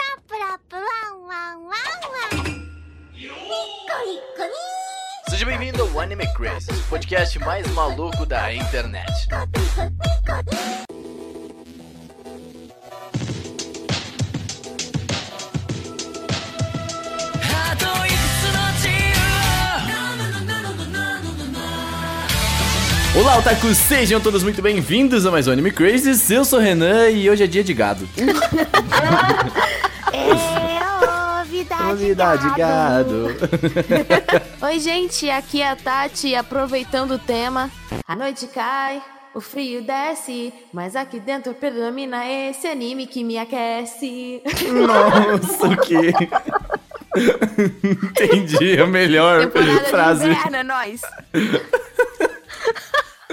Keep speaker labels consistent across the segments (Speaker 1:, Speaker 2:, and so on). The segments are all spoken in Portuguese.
Speaker 1: ップワンワンワンワンニッコニッコニ
Speaker 2: Seja bem-vindo ao Anime Crazy, o podcast mais maluco da internet. Olá, otakus! Sejam todos muito bem-vindos a mais um Anime Crazy. Eu sou o Renan e hoje é dia de gado.
Speaker 1: É novidade,
Speaker 3: Oi, gente, aqui é a Tati, aproveitando o tema. A noite cai, o frio desce, mas aqui dentro predomina esse anime que me aquece.
Speaker 2: Nossa, que... Entendi, é a melhor
Speaker 3: Temporada
Speaker 2: frase.
Speaker 3: de inverno, é nóis.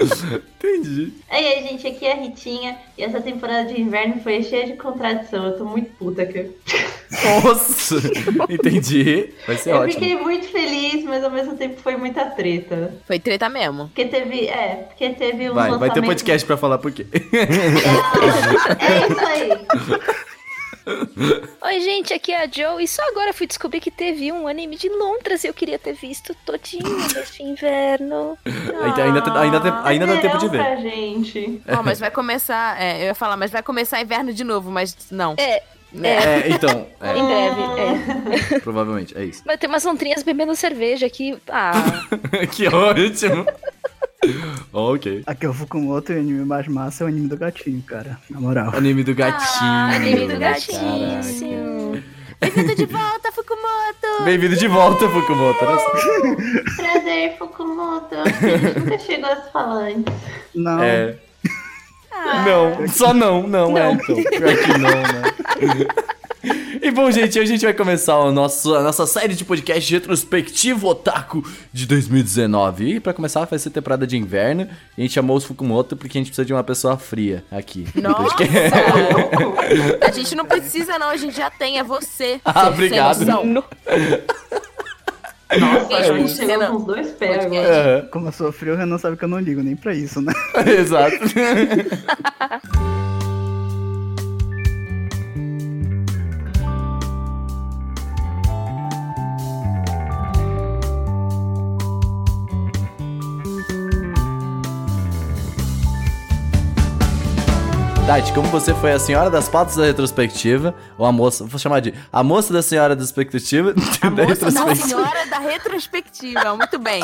Speaker 2: Entendi.
Speaker 4: Ei, ei, gente, aqui é a Ritinha e essa temporada de inverno foi cheia de contradição. Eu tô muito puta aqui.
Speaker 2: Nossa, entendi. Vai ser
Speaker 4: eu
Speaker 2: ótimo.
Speaker 4: fiquei muito feliz, mas ao mesmo tempo foi muita treta.
Speaker 3: Foi treta mesmo.
Speaker 4: Porque teve, é, porque teve um
Speaker 2: Vai, vai ter podcast pra falar por quê.
Speaker 4: É isso aí.
Speaker 5: Oi, gente, aqui é a Joe e só agora eu fui descobrir que teve um anime de Londres e eu queria ter visto todinho neste inverno.
Speaker 2: ainda, ainda, tem- ainda, tem- ainda dá tempo de
Speaker 4: Verão
Speaker 2: ver.
Speaker 4: Pra gente.
Speaker 3: Ó, mas vai começar. É, eu ia falar, mas vai começar inverno de novo, mas não.
Speaker 5: É,
Speaker 3: Né?
Speaker 2: É, então,
Speaker 5: em breve. É.
Speaker 2: é, provavelmente, é isso.
Speaker 5: Mas tem umas lontrinhas bebendo cerveja aqui. Ah,
Speaker 2: que ótimo. ok.
Speaker 6: Aqui eu vou com outro anime mais massa, é o anime do gatinho, cara. Na moral.
Speaker 2: Anime do gatinho.
Speaker 5: Ah, anime do
Speaker 2: caraca.
Speaker 5: gatinho. sim.
Speaker 3: Bem-vindo de volta, Fukumoto!
Speaker 2: Bem-vindo de volta, Fukumoto. olha só.
Speaker 4: Prazer, Fukumoto. A gente nunca chegou a se falar antes.
Speaker 6: Não,
Speaker 2: É. Não, só não, Ah. não, é então. Pior que não, né? E bom, gente, hoje a gente vai começar o nosso, a nossa série de podcast retrospectivo Otaku de 2019. E pra começar, vai ser temporada de inverno. E a gente chamou os Fukumoto porque a gente precisa de uma pessoa fria aqui. no
Speaker 3: Nossa!
Speaker 2: podcast.
Speaker 3: A gente não precisa, não, a gente já tem, é você.
Speaker 2: Ah,
Speaker 3: Sem- sem
Speaker 2: obrigado.
Speaker 3: noção.
Speaker 4: Nossa, a gente
Speaker 3: isso.
Speaker 4: chegou
Speaker 3: Não.
Speaker 4: com os dois pés agora.
Speaker 2: É,
Speaker 6: como eu sou frio, o Renan sabe que eu não ligo nem pra isso, né?
Speaker 2: Exato. Tati, como você foi a senhora das patas da retrospectiva, ou a moça, vou chamar de a moça da senhora da expectativa, da
Speaker 3: Moça da
Speaker 2: retrospectiva.
Speaker 3: senhora da retrospectiva, muito bem.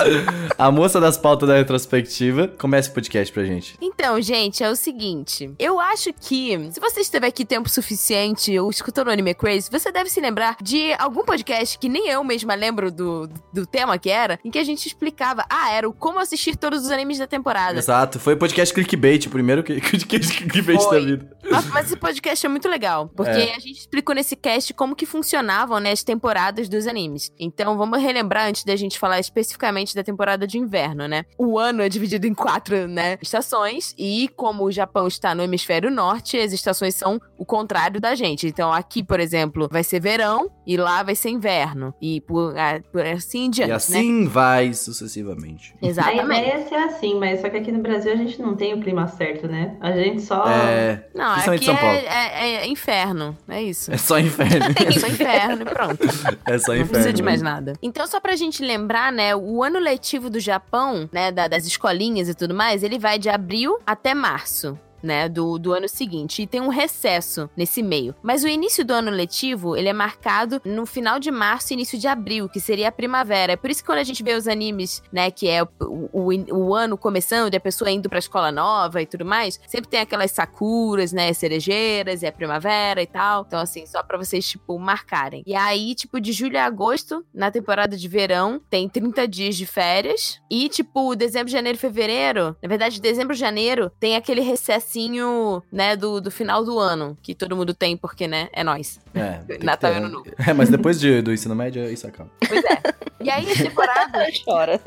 Speaker 2: a moça das pautas da retrospectiva, comece o podcast pra gente.
Speaker 3: Então, gente, é o seguinte. Eu acho que, se você esteve aqui tempo suficiente ou escutou o Anime Crazy, você deve se lembrar de algum podcast que nem eu mesma lembro do, do tema que era, em que a gente explicava, ah, era o como assistir todos os animes da temporada.
Speaker 2: Exato, foi podcast clickbait, o primeiro que- podcast clickbait
Speaker 3: Foi.
Speaker 2: da vida.
Speaker 3: Mas, mas esse podcast é muito legal, porque
Speaker 2: É.
Speaker 3: a gente explicou nesse cast como que funcionavam né, as temporadas dos animes. Então vamos relembrar antes da gente falar especificamente da temporada de inverno, né? O ano é dividido em quatro né, estações, e como o Japão está no hemisfério norte, as estações são o contrário da gente. Então aqui, por exemplo, vai ser verão e lá vai ser inverno. E por, ah, por assim em diante,
Speaker 2: E
Speaker 3: né?
Speaker 2: assim vai sucessivamente.
Speaker 4: A
Speaker 3: Exatamente.
Speaker 4: ideia é ser assim, mas só que aqui no Brasil a gente não tem o clima certo, né? A gente só.
Speaker 2: É,
Speaker 3: Não,
Speaker 2: Principalmente
Speaker 3: aqui
Speaker 2: São Paulo.
Speaker 3: é, é- é inferno. É isso.
Speaker 2: é só inferno.
Speaker 3: É só inferno e pronto.
Speaker 2: É só inferno.
Speaker 3: Não precisa de mais nada. Então, só pra gente lembrar, né, o ano letivo do Japão, né, da- das escolinhas e tudo mais, ele vai de abril até março. Né, do, do ano seguinte. E tem um recesso nesse meio. Mas o início do ano letivo, ele é marcado no final de março e início de abril, que seria a primavera. É por isso que quando a gente vê os animes, né, que é o, o, o ano começando e a pessoa indo pra escola nova e tudo mais, sempre tem aquelas sakuras, né, cerejeiras, e a primavera e tal. Então, assim, só pra vocês, tipo, marcarem. E aí, tipo, de julho a agosto, na temporada de verão, tem 30 dias de férias. E, tipo, dezembro, janeiro e fevereiro, na verdade, dezembro, janeiro, tem aquele recessinho, né, do, do final do ano, que todo mundo tem, porque, né, é nós.
Speaker 2: É, tem que
Speaker 3: Natal e
Speaker 2: ter,
Speaker 3: Ano
Speaker 2: né?
Speaker 3: Novo.
Speaker 2: É, mas depois de, do ensino médio, isso acaba.
Speaker 3: é. E aí, as temporadas,
Speaker 5: Chora.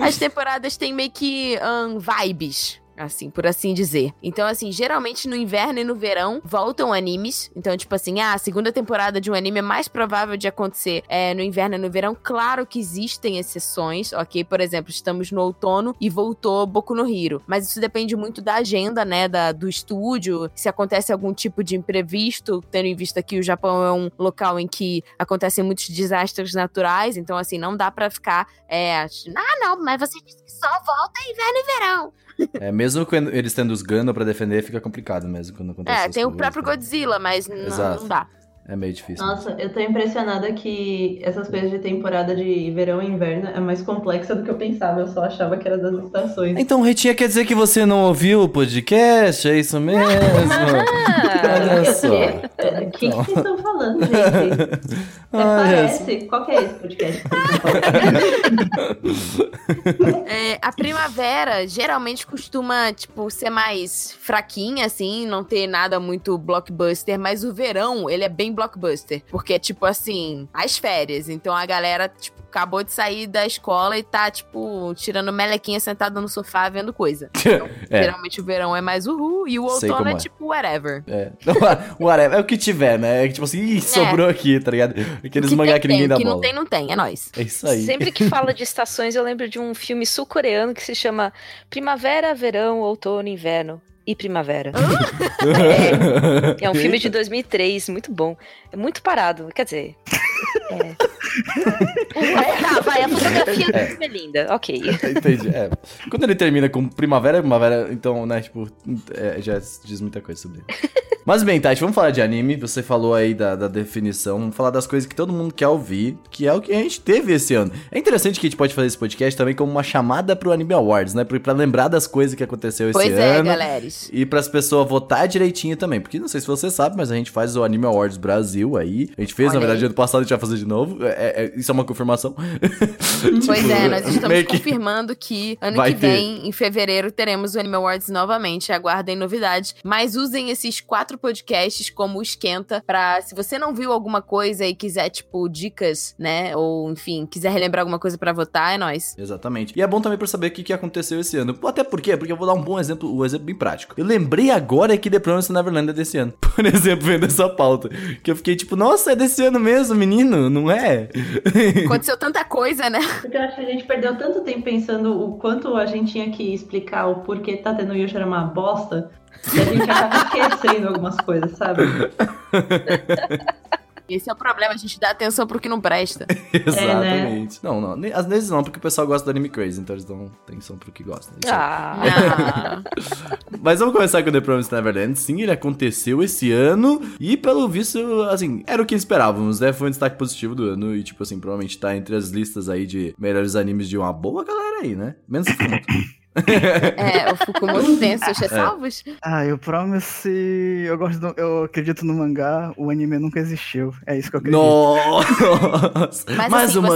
Speaker 3: as temporadas têm meio que ahn, vibes. assim, por assim dizer. Então, assim, geralmente no inverno e no verão voltam animes. Então, tipo assim, ah, a segunda temporada de um anime é mais provável de acontecer é, no inverno e no verão. Claro que existem exceções, ok? Por exemplo, estamos no outono e voltou Boku no Hiro. Mas isso depende muito da agenda, né, da, do estúdio, se acontece algum tipo de imprevisto, tendo em vista que o Japão é um local em que acontecem muitos desastres naturais. Então, assim, não dá pra ficar, é, ah, não, mas você disse que só volta inverno e verão.
Speaker 2: É, mesmo quando eles tendo os Gundam pra defender, fica complicado mesmo quando acontece
Speaker 3: É,
Speaker 2: essas
Speaker 3: tem o
Speaker 2: coisas,
Speaker 3: próprio
Speaker 2: né?
Speaker 3: Godzilla, mas n-
Speaker 2: Exato.
Speaker 3: não dá.
Speaker 2: É meio difícil.
Speaker 4: Nossa, eu tô impressionada que essas coisas de temporada de verão e inverno é mais complexa do que eu pensava. Eu só achava que era das estações.
Speaker 2: Então, Retinha, quer dizer que você não ouviu o podcast? É isso mesmo?
Speaker 5: Ah,
Speaker 2: Olha só. Então.
Speaker 4: É, O que, que vocês estão falando, gente? Até
Speaker 2: Olha só.
Speaker 4: parece. Qual que é esse podcast?
Speaker 3: É, a primavera geralmente costuma, tipo, ser mais fraquinha, assim, não ter nada muito blockbuster, mas o verão, ele é bem blockbuster. Porque é, tipo, assim, as férias. Então a galera, tipo, acabou de sair da escola e tá, tipo, tirando melequinha sentada no sofá vendo coisa. Então,
Speaker 2: É,
Speaker 3: Geralmente o verão é mais uhul e o
Speaker 2: Sei
Speaker 3: outono
Speaker 2: como
Speaker 3: é,
Speaker 2: é.
Speaker 3: tipo, whatever.
Speaker 2: é. Whatever, é o que tiver, né? É tipo assim, ih, sobrou aqui, tá ligado? Aqueles
Speaker 3: Que
Speaker 2: mangá
Speaker 3: tem,
Speaker 2: que
Speaker 3: tem,
Speaker 2: ninguém dá
Speaker 3: que
Speaker 2: bola.
Speaker 3: não tem, não tem, é nóis.
Speaker 2: É isso aí.
Speaker 5: Sempre que fala de estações, eu lembro de um filme sul-coreano que se chama Primavera, Verão, Outono, Inverno e Primavera. É um filme de 2003, muito bom. É muito parado, quer dizer. É. É, tá, vai, a fotografia do filme é linda, ok.
Speaker 2: Entendi. É. Quando ele termina com primavera, primavera, então, né, tipo, é, já diz muita coisa sobre ele. Mas bem, Tati, vamos falar de anime. Você falou aí da, da definição, vamos falar das coisas que todo mundo quer ouvir, que é o que a gente teve esse ano. É interessante que a gente pode fazer esse podcast também como uma chamada pro Anime Awards, né? Pra, pra lembrar das coisas que aconteceu esse
Speaker 3: Pois é,
Speaker 2: ano.
Speaker 3: galera.
Speaker 2: E pras pessoas votar direitinho também. Porque não sei se você sabe, mas a gente faz o Anime Awards Brasil aí. A gente fez,
Speaker 3: Olha
Speaker 2: na verdade,
Speaker 3: aí.
Speaker 2: ano passado, a gente vai fazer de novo. É- é- isso é uma confirmação.
Speaker 3: Pois é, nós estamos
Speaker 2: Tipo, meio que-
Speaker 3: confirmando que ano
Speaker 2: Vai
Speaker 3: que vem, em fevereiro, teremos o Anime Awards novamente. Aguardem novidades. Mas usem esses quatro podcasts como esquenta pra, se você não viu alguma coisa e quiser, tipo, dicas, né? Ou, enfim, quiser relembrar alguma coisa pra votar, é nóis.
Speaker 2: Exatamente. E é bom também pra saber o que, que aconteceu esse ano. Até porque, porque eu vou dar um bom exemplo, um exemplo bem prático. Eu lembrei agora que The Promised Neverland é desse ano. Por exemplo, vendo essa pauta. Que eu fiquei tipo, nossa, é desse ano mesmo, menino, não é?
Speaker 3: Aconteceu tanta coisa, né?
Speaker 4: Porque eu acho que a gente perdeu tanto tempo pensando o quanto a gente tinha que explicar o porquê tá tendo Yusha era uma bosta. E a gente acaba esquecendo algumas coisas, sabe?
Speaker 3: Esse é o problema, a gente dá atenção pro que não presta.
Speaker 2: Exatamente. Não, não. ne- Às vezes não, porque o pessoal gosta do anime crazy, então eles dão atenção pro que gostam. Isso é aí.
Speaker 5: Ah,
Speaker 3: Ah.
Speaker 2: Mas vamos começar com The Promised Neverland. Sim, ele aconteceu esse ano e, pelo visto, assim, era o que esperávamos, né? Foi um destaque positivo do ano e, tipo assim, provavelmente tá entre as listas aí de melhores animes de uma boa galera aí, né? Menos o Fukumoto.
Speaker 3: é, o Fukumoto tem
Speaker 2: É.
Speaker 3: seus ressalvos.
Speaker 6: Ah, eu promise. Eu gosto do- Eu acredito no mangá, o anime nunca existiu. É isso que eu acredito.
Speaker 2: Nossa!
Speaker 3: Mas,
Speaker 2: Mais
Speaker 3: assim,
Speaker 2: um
Speaker 3: você,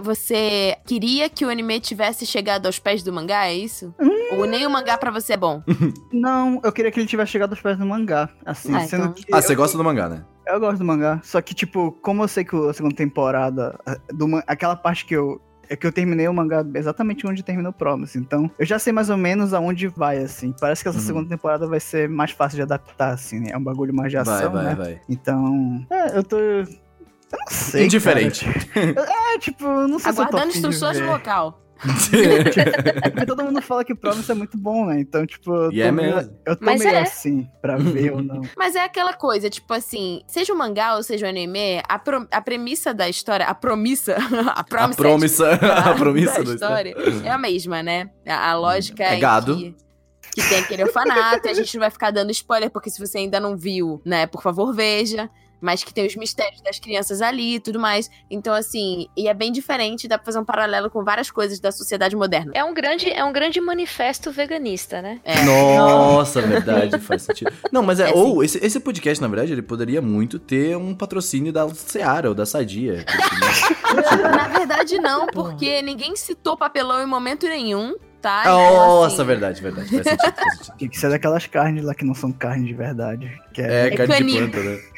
Speaker 2: mangá.
Speaker 3: você queria que o anime tivesse chegado aos pés do mangá, é isso?
Speaker 2: Hum.
Speaker 3: Ou nem o mangá pra você é bom?
Speaker 6: Não, eu queria que ele tivesse chegado aos pés do mangá. Assim,
Speaker 3: Ah,
Speaker 6: sendo
Speaker 3: então.
Speaker 6: que.
Speaker 2: Ah,
Speaker 6: eu-
Speaker 2: você gosta do mangá, né?
Speaker 6: Eu gosto do mangá. Só que, tipo, como eu sei que a segunda temporada. a- Do, man- aquela parte que eu. É que eu terminei o mangá exatamente onde terminou o Promise. Então, eu já sei mais ou menos aonde vai, assim. Parece que essa
Speaker 2: Uhum.
Speaker 6: segunda temporada vai ser mais fácil de adaptar, assim, né? É um bagulho mais de ação,
Speaker 2: vai,
Speaker 6: né?
Speaker 2: vai, vai.
Speaker 6: Então. É, eu tô. Eu não sei.
Speaker 2: Indiferente.
Speaker 6: cara. É, tipo, eu não sei
Speaker 3: Aguardando
Speaker 6: se eu tô afim de
Speaker 3: instruções no
Speaker 6: ver.
Speaker 3: local.
Speaker 6: É porque todo mundo fala que Promise é muito bom, né? Então, tipo, eu tô,
Speaker 2: E é
Speaker 6: meio,
Speaker 2: mesmo.
Speaker 6: eu tô
Speaker 5: Mas
Speaker 6: meio
Speaker 5: é.
Speaker 6: assim, pra ver ou não.
Speaker 3: Mas é aquela coisa, tipo assim, seja um mangá ou seja um anime, a, pro- a premissa da história, a promissa, a
Speaker 2: A
Speaker 3: promissa,
Speaker 2: promissa, a promissa
Speaker 3: da
Speaker 2: da
Speaker 3: história é a mesma, né? A, a lógica
Speaker 2: É
Speaker 3: em
Speaker 2: gado.
Speaker 3: que- que tem aquele orfanato, e a gente não vai ficar dando spoiler, porque se você ainda não viu, né, por favor, veja. Mas que tem os mistérios das crianças ali e tudo mais. Então, assim, e é bem diferente, dá pra fazer um paralelo com várias coisas da sociedade moderna.
Speaker 5: é um grande, é um grande manifesto veganista, né?
Speaker 3: É.
Speaker 2: Nossa, verdade, faz sentido. Não, mas é.
Speaker 3: É,
Speaker 2: ou esse, esse podcast, na verdade, ele poderia muito ter um patrocínio da Seara ou da Sadia. porque, né?
Speaker 3: Na verdade, não, porque ninguém citou papelão em momento nenhum. tá? então,
Speaker 2: Nossa,
Speaker 3: assim,
Speaker 2: verdade, verdade. Faz sentido, faz sentido.
Speaker 6: Tinha que ser daquelas carnes lá que não são carne de verdade. Que é...
Speaker 2: É,
Speaker 3: É
Speaker 2: carne de
Speaker 3: cani.
Speaker 2: planta, né?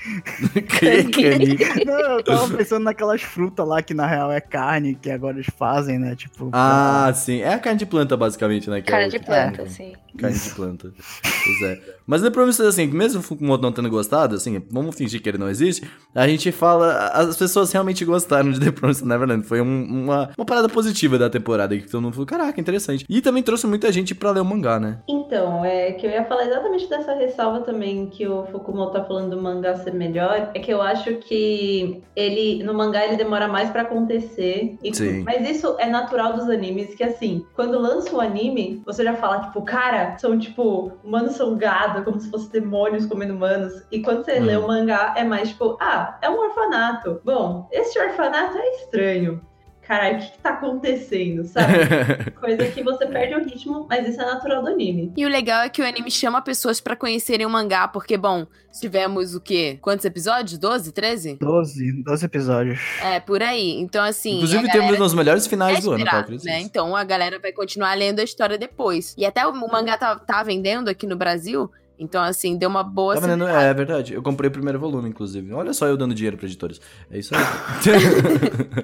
Speaker 2: Que cani.
Speaker 6: Não, eu tava pensando naquelas frutas lá que na real é carne, que agora eles fazem, né? Tipo.
Speaker 2: Ah, sim. É a carne de planta, basicamente, né? que é
Speaker 5: Cara
Speaker 2: o
Speaker 5: de
Speaker 2: que-
Speaker 5: planta,
Speaker 2: é,
Speaker 5: assim.
Speaker 2: Carne de planta. Pois é. Mas depois vocês, assim, mesmo o Fukumoto não tendo gostado, assim, vamos fingir que ele não existe, a gente fala. As pessoas realmente gostaram de The Promised Neverland. Foi um- uma, uma parada positiva da temporada que todo mundo falou: caraca, interessante. E também trouxe muita gente pra ler o mangá, né?
Speaker 4: Então, é que eu ia falar exatamente dessa ressalva também que o Fukumoto tá falando do mangá ser melhor, é que eu acho que ele no mangá ele demora mais pra acontecer. E,
Speaker 2: Sim.
Speaker 4: Mas isso é natural dos animes, que assim, quando lança o anime, você já fala tipo, cara, são tipo, humanos são gado, como se fossem demônios comendo humanos. E quando você
Speaker 2: Hum.
Speaker 4: lê o mangá, é mais tipo, ah, é um orfanato. Bom, esse orfanato é estranho. Caralho, o que, que tá acontecendo,
Speaker 3: Tá.
Speaker 4: sabe? Coisa que você perde o ritmo, mas isso é natural do anime.
Speaker 3: E o legal é que o anime chama pessoas pra conhecerem o mangá, porque, bom, tivemos o quê? Quantos episódios? 12, 13?
Speaker 6: 12, 12 episódios.
Speaker 3: É, por aí. Então, assim. a
Speaker 2: Inclusive,
Speaker 3: galera
Speaker 2: temos nos melhores finais
Speaker 3: é
Speaker 2: do ano, tá?
Speaker 3: esperado,
Speaker 2: Cris?
Speaker 3: né? Então a galera vai continuar lendo a história depois. E até o mangá tá, tá vendendo aqui no Brasil. Então, assim, deu uma boa.
Speaker 2: Tá vendendo,
Speaker 3: né?
Speaker 2: é, é verdade. Eu comprei o primeiro volume, inclusive. Olha só eu dando dinheiro pra editores. É isso aí.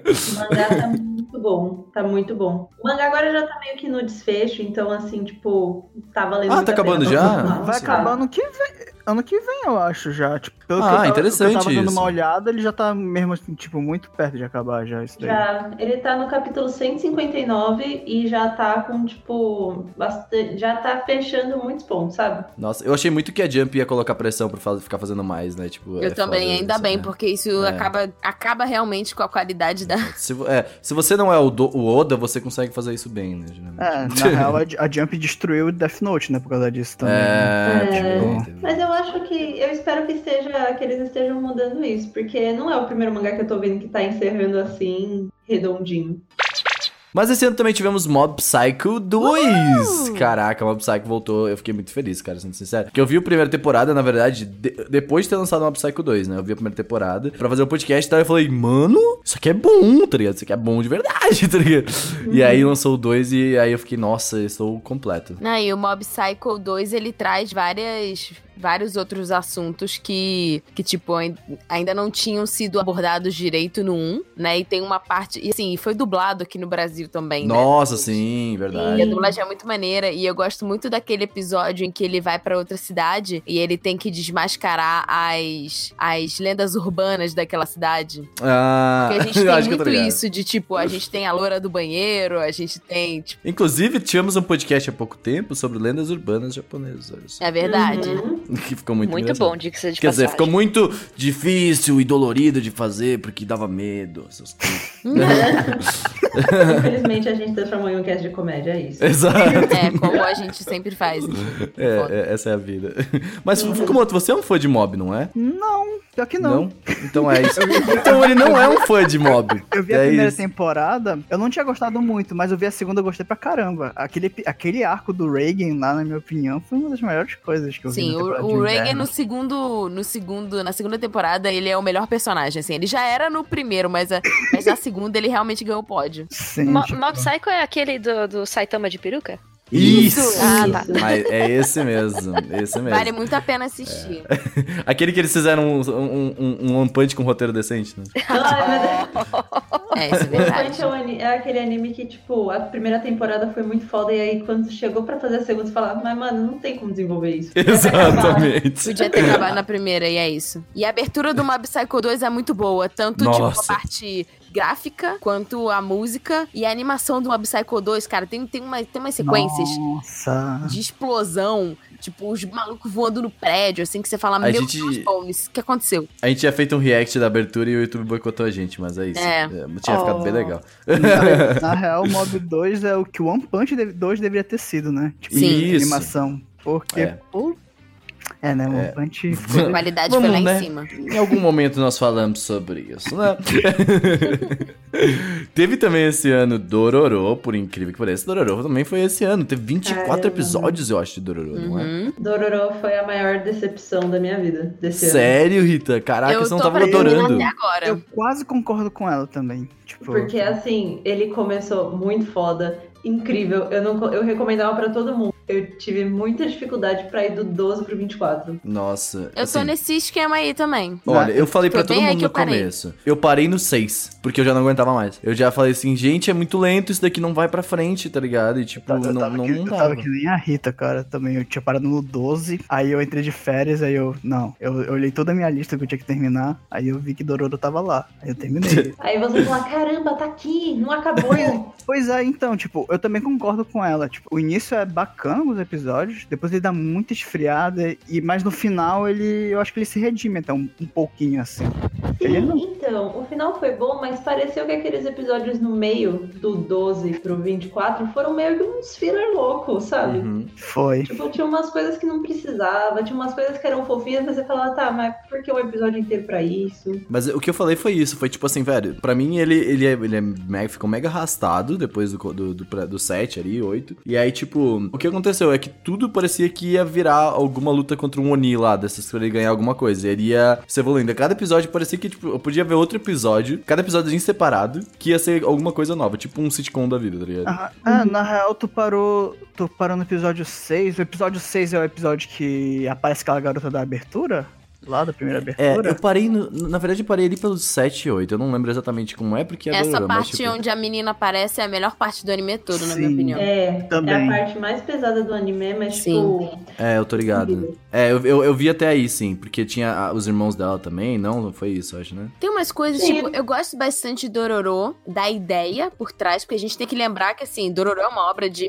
Speaker 4: O mangá tá muito bom, tá muito bom. O mangá agora já tá meio que no desfecho, então assim, tipo, tá valendo.
Speaker 2: Ah,
Speaker 4: muito
Speaker 2: tá
Speaker 4: a pena.
Speaker 2: acabando já?
Speaker 4: Nossa,
Speaker 6: Vai
Speaker 2: Nossa.
Speaker 6: acabar ano que vem. Ano que vem, eu acho, já. Tipo, pelo
Speaker 2: Ah,
Speaker 6: que eu tava,
Speaker 2: interessante
Speaker 6: que eu tava dando
Speaker 2: isso.
Speaker 6: uma olhada, ele já tá mesmo, assim, tipo, muito perto de acabar já isso daí.
Speaker 4: Já, ele tá no capítulo 159 e já tá com, tipo, bastante. Já tá fechando muitos pontos, sabe?
Speaker 2: Nossa, eu achei muito que a Jump ia colocar pressão pra fa- ficar fazendo mais, né? Tipo, é
Speaker 3: Eu também,
Speaker 2: foda
Speaker 3: ainda
Speaker 2: isso,
Speaker 3: bem,
Speaker 2: né?
Speaker 3: porque isso
Speaker 2: É.
Speaker 3: acaba, acaba realmente com a qualidade da.
Speaker 2: Se, vo- é, se você não é o, do- o Oda, você consegue fazer isso bem, né? geralmente.
Speaker 6: É, na real, a, a Jump destruiu o Death Note, né? Por causa disso também. né?
Speaker 2: É,
Speaker 4: É.
Speaker 2: tipo,
Speaker 4: Mas eu acho que. Eu espero que esteja. Que eles estejam mudando isso, porque não é o primeiro mangá que eu tô vendo que tá encerrando assim, redondinho.
Speaker 2: Mas esse ano também tivemos Mob Psycho 2. Caraca, Mob Psycho voltou. Eu fiquei muito feliz, cara, sendo sincero. Porque eu vi a primeira temporada, na verdade, de- depois de ter lançado Mob Psycho 2, né? Eu vi a primeira temporada pra fazer o podcast e tal. Eu falei, mano, isso aqui é bom, tá ligado? Isso aqui é bom de verdade, tá ligado? E
Speaker 3: Uhum.
Speaker 2: aí lançou o 2 e aí eu fiquei, nossa, eu sou completo.
Speaker 3: Não, Né, e o Mob Psycho 2, ele traz várias, vários outros assuntos que, que tipo, ain- ainda não tinham sido abordados direito no 1, né? E tem uma parte... E, assim, foi dublado aqui no Brasil também, né?
Speaker 2: Nossa, sim,
Speaker 3: E a
Speaker 2: verdade.
Speaker 3: dublagem é muito maneira. E eu gosto muito daquele episódio em que ele vai pra outra cidade e ele tem que desmascarar as, as lendas urbanas daquela cidade.
Speaker 2: Ah,
Speaker 3: Porque a gente
Speaker 2: acho
Speaker 3: tem
Speaker 2: que eu tô
Speaker 3: muito
Speaker 2: ligado.
Speaker 3: isso de tipo, a gente tem a loura do banheiro, a gente tem. Tipo,
Speaker 2: Inclusive, tivemos um podcast há pouco tempo sobre lendas urbanas japonesas. olha só.
Speaker 3: é verdade.
Speaker 4: Uhum.
Speaker 2: Que ficou muito
Speaker 5: Muito
Speaker 2: engraçado.
Speaker 5: bom, dica de
Speaker 2: Quer dizer,
Speaker 5: passagem.
Speaker 2: ficou muito difícil e dolorido de fazer porque dava medo. essas coisas.
Speaker 4: Infelizmente a gente transformou em um cast de comédia, é isso.
Speaker 2: Exato.
Speaker 3: é, como a gente sempre faz. né. Foda. Uhum.
Speaker 2: É, é, essa é a vida. Mas, Fukumoto, você é um fã de mob, não é?
Speaker 6: Não, pior que não.
Speaker 2: Então é isso. Então ele não é um fã de mob.
Speaker 6: Eu vi
Speaker 2: é
Speaker 6: a primeira
Speaker 2: isso.
Speaker 6: temporada, eu não tinha gostado muito, mas eu vi a segunda, eu gostei pra caramba. Aquele, aquele arco do Reagan lá, na minha opinião, foi uma das melhores coisas que eu vi.
Speaker 3: Sim,
Speaker 6: na
Speaker 3: o,
Speaker 6: temporada
Speaker 3: o
Speaker 6: de
Speaker 3: Reagan
Speaker 6: inverno.
Speaker 3: no segundo, no segundo, na segunda temporada, ele é o melhor personagem, assim. Ele já era no primeiro, mas, a- mas na segunda ele realmente ganhou o pódio.
Speaker 6: Sim,
Speaker 5: Mo-
Speaker 6: tipo,
Speaker 5: Mob Psycho é aquele do, do Saitama de peruca?
Speaker 2: Isso!
Speaker 3: Ah, tá.
Speaker 2: Mas é esse mesmo, é esse
Speaker 6: É.
Speaker 2: mesmo.
Speaker 3: Vale muito a pena assistir.
Speaker 2: Aquele que eles fizeram um, um, um, um One Punch com roteiro decente, né?
Speaker 4: Ai, meu Deus.
Speaker 3: É, isso é
Speaker 4: Punch
Speaker 3: verdade.
Speaker 4: é, um ani- é aquele anime que, tipo, a primeira temporada foi muito foda, e aí quando chegou pra fazer a segunda, você fala, mas mano, não tem como desenvolver isso.
Speaker 2: Exatamente.
Speaker 3: Podia ter acabado na primeira, e é isso. E a abertura do Mob Psycho 2 é muito boa, tanto tipo,
Speaker 2: Nossa.
Speaker 3: a parte gráfica, quanto a música. E a animação do Mob Psycho 2, cara, tem, tem, uma, tem umas sequências
Speaker 6: Nossa.
Speaker 3: de explosão, tipo, os malucos voando no prédio, assim, que você fala, meu
Speaker 2: gente-
Speaker 3: Deus, Bones, o que aconteceu?
Speaker 2: A gente tinha feito um react da abertura e o YouTube boicotou a gente, mas é isso.
Speaker 3: É.
Speaker 2: Tinha
Speaker 5: Oh.
Speaker 2: ficado bem legal.
Speaker 6: Na, na real, o Mob 2 é o que o One Punch 2 deveria ter sido, né? Tipo,
Speaker 3: Sim.
Speaker 6: de
Speaker 2: Isso.
Speaker 6: animação. Porque,
Speaker 2: É.
Speaker 6: é. pô. É, né? O One
Speaker 2: É.
Speaker 6: Punch.
Speaker 3: A qualidade
Speaker 2: Vamos,
Speaker 3: foi lá
Speaker 2: né?
Speaker 3: em cima.
Speaker 2: Em algum momento nós falamos sobre isso, né? Teve também esse ano Dororô, por incrível que pareça. Dororô também foi esse ano. Teve 24
Speaker 4: Caramba.
Speaker 2: episódios, eu acho, de Dororô, não é?
Speaker 3: Uhum.
Speaker 4: Dororo foi a maior decepção da minha vida desse ano.
Speaker 2: Sério, Rita? Caraca,
Speaker 3: Eu
Speaker 2: você não
Speaker 3: tô
Speaker 2: tava
Speaker 3: pra terminar
Speaker 2: adorando.
Speaker 3: até agora.
Speaker 6: Eu quase concordo com ela também. Tipo,
Speaker 4: Porque assim, ele começou muito foda. incrível. Eu, não, co- eu recomendava pra todo mundo. Eu tive muita dificuldade pra ir do 12 pro 24.
Speaker 2: Nossa.
Speaker 3: Eu
Speaker 2: assim,
Speaker 3: tô nesse esquema aí também.
Speaker 2: Olha, eu falei pra
Speaker 3: Foi
Speaker 2: todo
Speaker 3: bem aí
Speaker 2: mundo
Speaker 3: que
Speaker 2: no
Speaker 3: eu parei.
Speaker 2: começo. Eu parei no 6, porque eu já não aguentava mais. Eu já falei assim, gente, é muito lento, isso daqui não vai pra frente, tá ligado? E tipo,
Speaker 6: Eu
Speaker 2: não,
Speaker 6: tava,
Speaker 2: não,
Speaker 6: que,
Speaker 2: não
Speaker 6: eu
Speaker 2: dava.
Speaker 6: tava que nem a Rita, cara, também. Eu tinha parado no 12, aí eu entrei de férias, aí eu. Não, eu, eu olhei toda a minha lista que eu tinha que terminar, aí eu vi que Dororo tava lá. Aí eu terminei.
Speaker 4: Aí você fala, caramba, tá aqui, não acabou.
Speaker 6: pois é, então, tipo, eu também concordo com ela. Tipo, o início é bacana os episódios, depois ele dá muita esfriada, e, mas no final ele. Eu acho que ele se redime até um, um pouquinho assim. Ele não.
Speaker 4: Sim, então, o final foi bom, mas pareceu que aqueles episódios no meio do 12 pro 24 foram meio que uns filler louco, sabe?
Speaker 2: Uhum.
Speaker 6: Foi.
Speaker 4: Tipo, tinha umas coisas que não precisava, tinha umas coisas que eram fofinhas, mas você falava, tá, mas por que um episódio inteiro pra isso?
Speaker 2: Mas o que eu falei foi isso, foi tipo assim, velho, pra mim ele, ele, é, ele é mega- ficou mega arrastado depois do, co- do, do, pra- do 7 ali, 8. E aí, tipo, o que aconteceu é que tudo parecia que ia virar alguma luta contra um Oni lá, dessas pra ele ganhar alguma coisa. Ele ia se evoluindo. A Cada episódio parecia que, tipo, eu podia ver outro episódio, cada episódio separado, que ia ser alguma coisa nova, tipo um sitcom da vida, tá ligado?
Speaker 6: Aham. Ah, na real, tu parou. Tu parou no episódio 6. O episódio 6 é o episódio que aparece aquela garota da abertura? Lá da primeira
Speaker 2: É,
Speaker 6: abertura?
Speaker 2: eu parei, no- na verdade eu parei ali pelos 7 e 8, eu não lembro exatamente como é, porque é
Speaker 3: Essa
Speaker 2: doloroso, mas,
Speaker 3: parte
Speaker 2: tipo,
Speaker 3: onde a menina aparece é a melhor parte do anime todo, na minha
Speaker 6: Sim.
Speaker 3: opinião.
Speaker 4: É, é a
Speaker 6: Também.
Speaker 4: parte mais pesada do anime, mas
Speaker 3: Sim.
Speaker 4: tipo.
Speaker 2: É, eu tô ligado. É, eu, eu, eu vi até aí, sim, porque tinha ah, os irmãos dela também, não? Não foi isso, eu acho, né?
Speaker 3: Tem umas coisas,
Speaker 4: Sim.
Speaker 3: tipo, eu gosto bastante de Dororô, da ideia por trás, porque a gente tem que lembrar que, assim, Dororô é uma obra de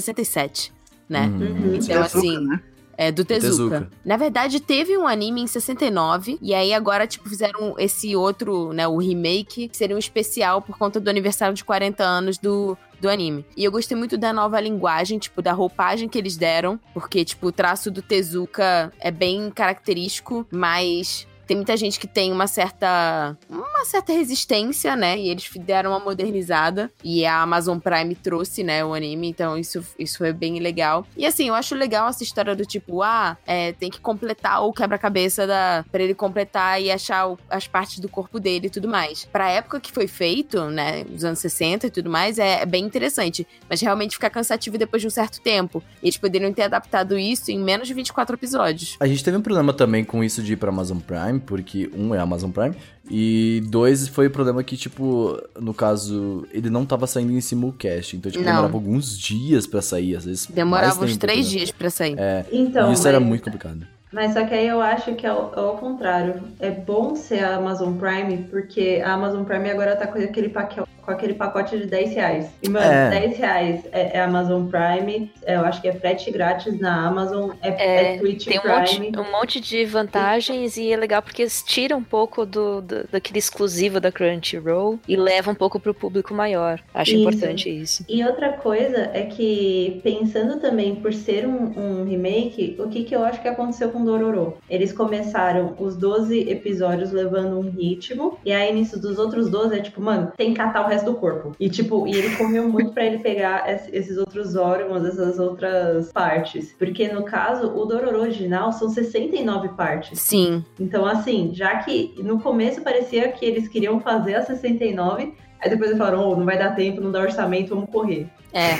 Speaker 3: 1967, né?
Speaker 2: Uhum.
Speaker 4: Uhum.
Speaker 3: Então,
Speaker 6: Tezuka,
Speaker 3: assim,
Speaker 6: né?
Speaker 3: é do Tezuka.
Speaker 2: Tezuka.
Speaker 3: Na verdade, teve um anime em 69, e aí agora, tipo, fizeram esse outro, né, o remake, que seria um especial por conta do aniversário de 40 anos do, do anime. E eu gostei muito da nova linguagem, tipo, da roupagem que eles deram, porque, tipo, o traço do Tezuka é bem característico, mas. Tem muita gente que tem uma certa. uma certa resistência, né? E eles deram uma modernizada. E a Amazon Prime trouxe, né, o anime. Então isso, isso foi bem legal. E assim, eu acho legal essa história do tipo, ah, é, tem que completar o quebra-cabeça da. pra ele completar e achar o- as partes do corpo dele e tudo mais. Pra época que foi feito, né? Os anos 60 e tudo mais, é, é bem interessante. Mas realmente fica cansativo depois de um certo tempo. Eles poderiam ter adaptado isso em menos de 24 episódios.
Speaker 2: A gente teve um problema também com isso de ir pra Amazon Prime, porque um é Amazon Prime, e dois foi o problema que, tipo, no caso, ele não tava saindo em simulcast, então, tipo,
Speaker 3: Não.
Speaker 2: demorava alguns dias pra sair, às vezes. mais
Speaker 3: Demorava uns
Speaker 2: tempo,
Speaker 3: três
Speaker 2: né?
Speaker 3: dias pra sair.
Speaker 4: Então,
Speaker 2: e isso era
Speaker 4: mas-
Speaker 2: muito complicado.
Speaker 4: Mas só que aí eu acho que é ao, é ao contrário. É bom ser a Amazon Prime, porque a Amazon Prime agora tá com aquele, paque- com aquele pacote de 10 reais. E, mano,
Speaker 2: É.
Speaker 4: 10 reais é, é Amazon Prime, é, eu acho que é frete grátis na Amazon, é, é,
Speaker 5: É,
Speaker 4: Twitch
Speaker 5: Tem um monte,
Speaker 4: Prime.
Speaker 5: um monte de vantagens e é legal porque eles tiram um pouco do, do- daquele exclusivo da Crunchyroll e levam um pouco pro público maior. Acho
Speaker 4: Isso.
Speaker 5: importante isso.
Speaker 4: E outra coisa é que, pensando também por ser um, um remake, o que, que eu acho que aconteceu com Dororo? Eles começaram os 12 episódios levando um ritmo, e aí nisso dos outros 12 é tipo, mano, tem que catar o resto do corpo. E tipo, e ele correu muito pra ele pegar es- esses outros órgãos, essas outras partes. Porque no caso, o Dororo original são 69 partes.
Speaker 3: Sim.
Speaker 4: Então, assim, já que no começo parecia que eles queriam fazer a 69, aí depois eles falaram, oh, não vai dar tempo, não dá orçamento, vamos correr.
Speaker 3: É,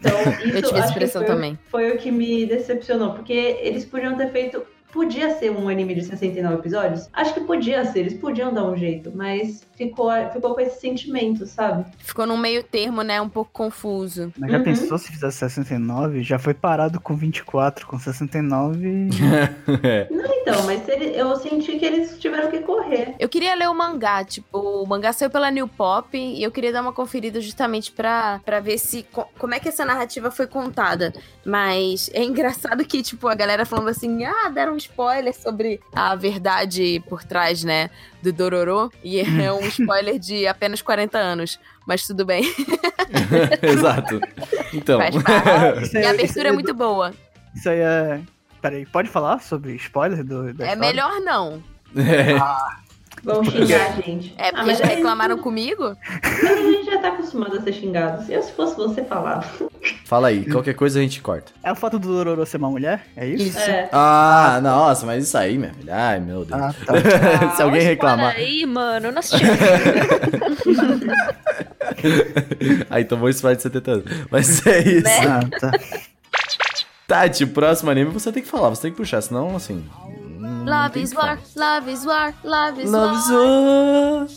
Speaker 4: Então, isso
Speaker 3: eu tive essa
Speaker 4: acho que
Speaker 3: impressão
Speaker 4: foi,
Speaker 3: também.
Speaker 4: foi o que me decepcionou, porque eles podiam ter feito. Podia ser um anime de 69 episódios? Acho que podia ser, eles podiam dar um jeito, mas ficou, ficou com esse sentimento, sabe?
Speaker 3: Ficou num meio termo, né? Um pouco confuso.
Speaker 6: Mas já
Speaker 4: Uhum.
Speaker 6: pensou se fizesse 69? Já foi parado com 24, com 69.
Speaker 2: é.
Speaker 4: Então, mas ele- eu senti que eles tiveram que correr.
Speaker 3: Eu queria ler o mangá, tipo, o mangá saiu pela New Pop e eu queria dar uma conferida justamente pra, pra ver se co- como é que essa narrativa foi contada. Mas é engraçado que, tipo, a galera falando assim, ah, deram um spoiler sobre a verdade por trás, né, do Dororo. E é um spoiler de apenas 40 anos. Mas tudo bem,
Speaker 2: Exato. Então.
Speaker 3: faz parte.
Speaker 6: Isso aí
Speaker 3: E a
Speaker 6: é- isso aí
Speaker 3: abertura é
Speaker 6: é-
Speaker 3: muito boa.
Speaker 6: Isso aí é. Peraí, pode falar sobre spoiler do. da
Speaker 3: É
Speaker 6: história?
Speaker 3: melhor não.
Speaker 2: É.
Speaker 4: Vão xingar a gente.
Speaker 3: É
Speaker 4: Ah,
Speaker 3: porque
Speaker 4: mas
Speaker 3: já
Speaker 4: aí-
Speaker 3: reclamaram comigo?
Speaker 4: Mas a gente já tá acostumado a ser xingado. Eu, se fosse você, falava.
Speaker 2: Fala aí, qualquer coisa a gente corta.
Speaker 6: É o fato do Dororo ser uma mulher? É isso?
Speaker 4: É.
Speaker 2: Ah, nossa, mas isso aí, minha filha. Ai, meu Deus.
Speaker 6: Ah, tá.
Speaker 2: Se alguém reclamar.
Speaker 5: Para aí, mano. Nós
Speaker 2: ah, então vou esperar de 70 anos. Mas é isso.
Speaker 3: Né?
Speaker 6: Ah, tá.
Speaker 2: Tati, próximo anime você tem que falar, você tem que puxar, senão assim. não
Speaker 3: Love
Speaker 2: tem
Speaker 3: is
Speaker 2: que falar.
Speaker 3: War, Love is War, Love is
Speaker 2: Love
Speaker 3: War.
Speaker 2: is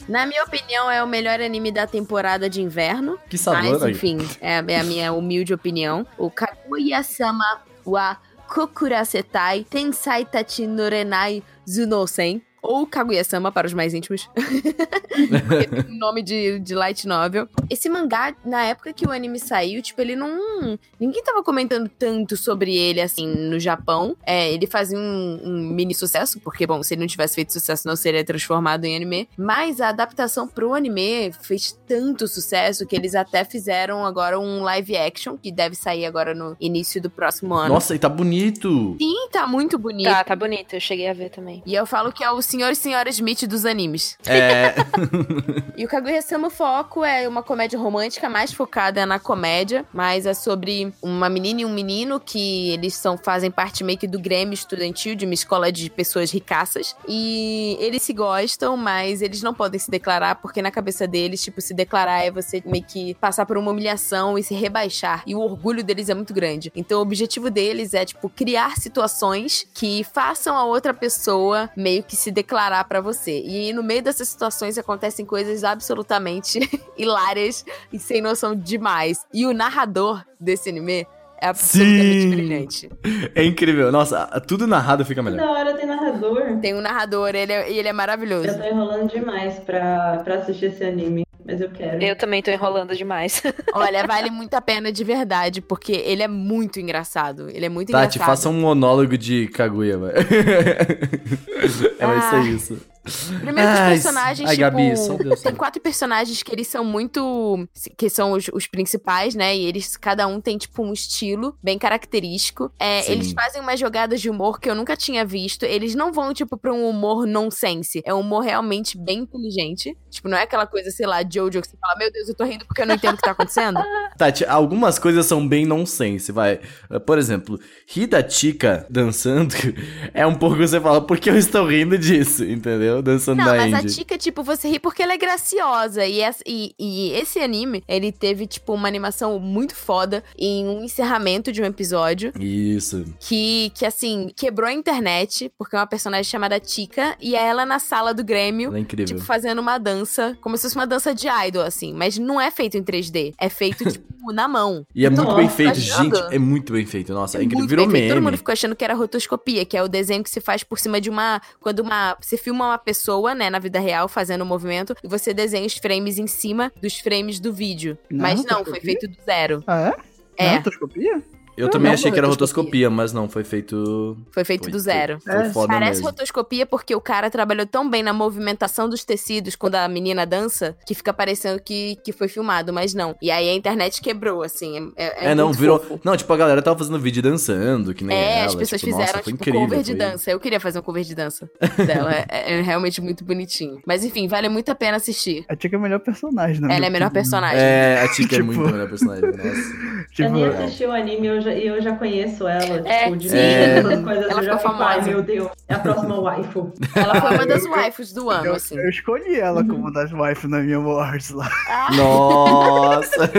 Speaker 2: War.
Speaker 3: Na minha opinião, é o melhor anime da temporada de inverno.
Speaker 2: Que sabor,
Speaker 3: Mas,
Speaker 2: Tá aí.
Speaker 3: enfim, é, é a minha humilde opinião. O Kaguya-sama wa Kokurasetai Tensai Tachi no Renai Zunosen. Ou Kaguya-sama, para os mais íntimos. Porque tem o nome de, de light novel. Esse mangá, na época que o anime saiu, tipo, ele não... Ninguém tava comentando tanto sobre ele, assim, no Japão. É, ele fazia um, um mini sucesso, porque, bom, se ele não tivesse feito sucesso, não seria transformado em anime. Mas a adaptação pro anime fez tanto sucesso que eles até fizeram agora um live action, que deve sair agora no início do próximo ano.
Speaker 2: Nossa, e tá bonito.
Speaker 3: Sim, tá muito bonito.
Speaker 5: Tá, tá bonito. Eu cheguei a ver também.
Speaker 3: E eu falo que é o senhor e senhora Smith dos animes.
Speaker 2: É.
Speaker 3: E o Kaguya-sama o Foco é uma comédia romântica mais focada na comédia, mas é sobre uma menina e um menino que eles são, fazem parte meio que do Grêmio Estudantil, de uma escola de pessoas ricaças. E eles se gostam, mas eles não podem se declarar, porque na cabeça deles, tipo, se declarar é você meio que passar por uma humilhação e se rebaixar. E o orgulho deles é muito grande. Então o objetivo deles é, tipo, criar situações que façam a outra pessoa meio que se declarar pra você. E no meio dessas situações acontecem coisas absolutamente hilárias e sem noção demais. E o narrador desse anime é absolutamente
Speaker 2: Sim.
Speaker 3: brilhante.
Speaker 2: É incrível. Nossa, tudo narrado fica melhor.
Speaker 4: Toda hora tem narrador.
Speaker 3: Tem um narrador, ele é, ele é maravilhoso.
Speaker 4: Eu tô enrolando demais pra, pra assistir esse anime, mas eu quero.
Speaker 5: Eu também tô enrolando demais.
Speaker 3: Olha, vale muito a pena de verdade, porque ele é muito engraçado. Ele é muito
Speaker 2: Tati,
Speaker 3: engraçado.
Speaker 2: faça um monólogo de Kaguya, velho. É, vai ser
Speaker 3: Ah.
Speaker 2: isso.
Speaker 3: Primeiro que os
Speaker 2: Ai,
Speaker 3: personagens,
Speaker 2: ai,
Speaker 3: tipo,
Speaker 2: Gabi, só Deus né?
Speaker 3: tem
Speaker 2: sabe.
Speaker 3: quatro personagens que eles são muito... que são os, os principais, né? E eles, cada um tem, tipo, um estilo bem característico. É,
Speaker 2: Sim.
Speaker 3: eles fazem umas jogadas de humor que eu nunca tinha visto. Eles não vão, tipo, pra um humor nonsense. É um humor realmente bem inteligente. Tipo, não é aquela coisa, sei lá, Jojo, que você fala, meu Deus, eu tô rindo porque eu não entendo o que tá acontecendo.
Speaker 2: Tati, algumas coisas são bem nonsense, vai. Ah, Por exemplo, rir da Tica dançando é um pouco que você fala, por que eu estou rindo disso, entendeu? Dançando
Speaker 3: Não,
Speaker 2: na
Speaker 3: mas a
Speaker 2: Indy.
Speaker 3: Tika, tipo, você ri porque ela é graciosa. E, essa- e- e esse anime, ele teve, tipo, uma animação muito foda em um encerramento de um episódio.
Speaker 2: Isso.
Speaker 3: Que, que, assim, quebrou a internet, porque é uma personagem chamada Tika. E é ela na sala do Grêmio.
Speaker 2: Ela é incrível.
Speaker 3: Tipo, fazendo uma dança, como se fosse uma dança de idol, assim. Mas não é feito em 3D, é feito, tipo, na mão.
Speaker 2: E é muito
Speaker 4: Nossa,
Speaker 2: bem feito,
Speaker 3: jogando.
Speaker 2: gente. É muito bem feito. Nossa, é,
Speaker 3: Muito
Speaker 2: incrível. Virou
Speaker 3: bem feito.
Speaker 2: meme.
Speaker 3: Todo mundo ficou achando que era rotoscopia, que é o desenho que se faz por cima de uma. Quando uma. Você filma uma pessoa, né, na vida real, fazendo um movimento, e você desenha os frames em cima dos frames do vídeo.
Speaker 6: Não,
Speaker 3: Mas não,
Speaker 6: rotoscopia?
Speaker 3: foi feito do zero.
Speaker 6: Ah, é?
Speaker 3: É.
Speaker 2: tá
Speaker 6: Não, toscopia?
Speaker 2: Eu também
Speaker 3: não,
Speaker 2: achei que era rotoscopia,
Speaker 3: rotoscopia.
Speaker 2: mas não, foi feito.
Speaker 3: Foi tipo, feito
Speaker 2: foi-
Speaker 3: do zero.
Speaker 2: Foi, foi
Speaker 6: É,
Speaker 2: foda
Speaker 3: Parece
Speaker 2: mesmo.
Speaker 3: rotoscopia porque o cara trabalhou tão bem na movimentação dos tecidos quando a menina dança que fica parecendo que, que foi filmado, mas não. E aí a internet quebrou, assim. É, é
Speaker 2: É, não,
Speaker 3: muito
Speaker 2: virou.
Speaker 3: fofo.
Speaker 2: Não, tipo, a galera tava fazendo vídeo dançando, que nem
Speaker 3: É,
Speaker 2: ela.
Speaker 3: as pessoas
Speaker 2: tipo,
Speaker 3: fizeram
Speaker 2: nossa, foi
Speaker 3: tipo
Speaker 2: incrível,
Speaker 3: cover de
Speaker 2: foi-
Speaker 3: dança. Eu queria fazer um cover de dança dela. é, é realmente muito bonitinho. Mas enfim, vale muito a pena assistir.
Speaker 6: A Tika é o melhor personagem, né?
Speaker 3: Ela é a melhor personagem.
Speaker 2: É, a Tika é muito
Speaker 6: Tipo-
Speaker 2: a melhor personagem, nossa.
Speaker 4: Eu
Speaker 6: Tipo,
Speaker 2: é.
Speaker 4: nem assisti o um anime eu já- e eu já conheço ela.
Speaker 5: É,
Speaker 4: tipo, de
Speaker 5: sim.
Speaker 4: ver essas coisas
Speaker 3: Ela
Speaker 4: eu
Speaker 3: ficou
Speaker 4: já fico, ai
Speaker 3: famosa.
Speaker 4: meu Deus, é a próxima waifu.
Speaker 2: É
Speaker 3: Ela foi uma das waifus do ano,
Speaker 6: eu,
Speaker 3: assim.
Speaker 6: Então, eu escolhi ela como uma das wife na minha awards lá.
Speaker 2: Nossa!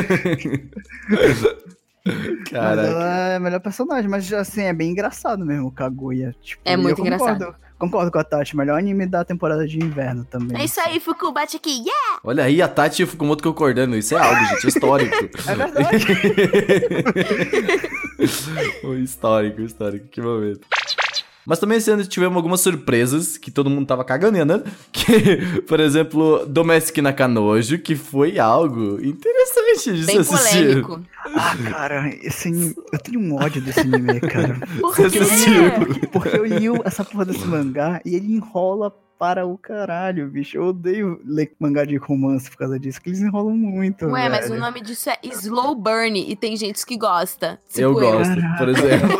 Speaker 6: Mas
Speaker 2: Caraca.
Speaker 6: ela é a melhor personagem, mas assim, é bem engraçado mesmo o Kaguya. Tipo,
Speaker 3: É
Speaker 6: e eu
Speaker 3: muito
Speaker 6: concordo,
Speaker 3: engraçado.
Speaker 6: Concordo com a Tati, melhor anime da temporada de inverno também.
Speaker 3: É isso aí, Fuku, bate aqui. Yeah!
Speaker 2: Olha aí, a Tati e o Fukumoto concordando. Isso é algo, gente, histórico.
Speaker 6: É verdade.
Speaker 2: O histórico, o histórico, que momento. Mas também esse ano tivemos algumas surpresas que todo mundo tava cagando, e andando. Que, por exemplo, Domestic na Canojo, que foi algo interessante de se
Speaker 3: Bem
Speaker 2: assistir.
Speaker 3: polêmico.
Speaker 6: ah, cara, esse anime. Eu tenho um ódio desse anime, cara.
Speaker 3: Por
Speaker 2: Você
Speaker 3: quê?
Speaker 2: assistiu?
Speaker 6: Porque eu li o- essa porra desse mangá e ele enrola para o caralho, bicho. Eu odeio ler mangá de romance por causa disso, que eles enrolam muito.
Speaker 3: Ué,
Speaker 6: velho.
Speaker 3: mas o nome disso é Slow Burn e tem gente que gosta. Tipo
Speaker 2: Eu gosto, por exemplo.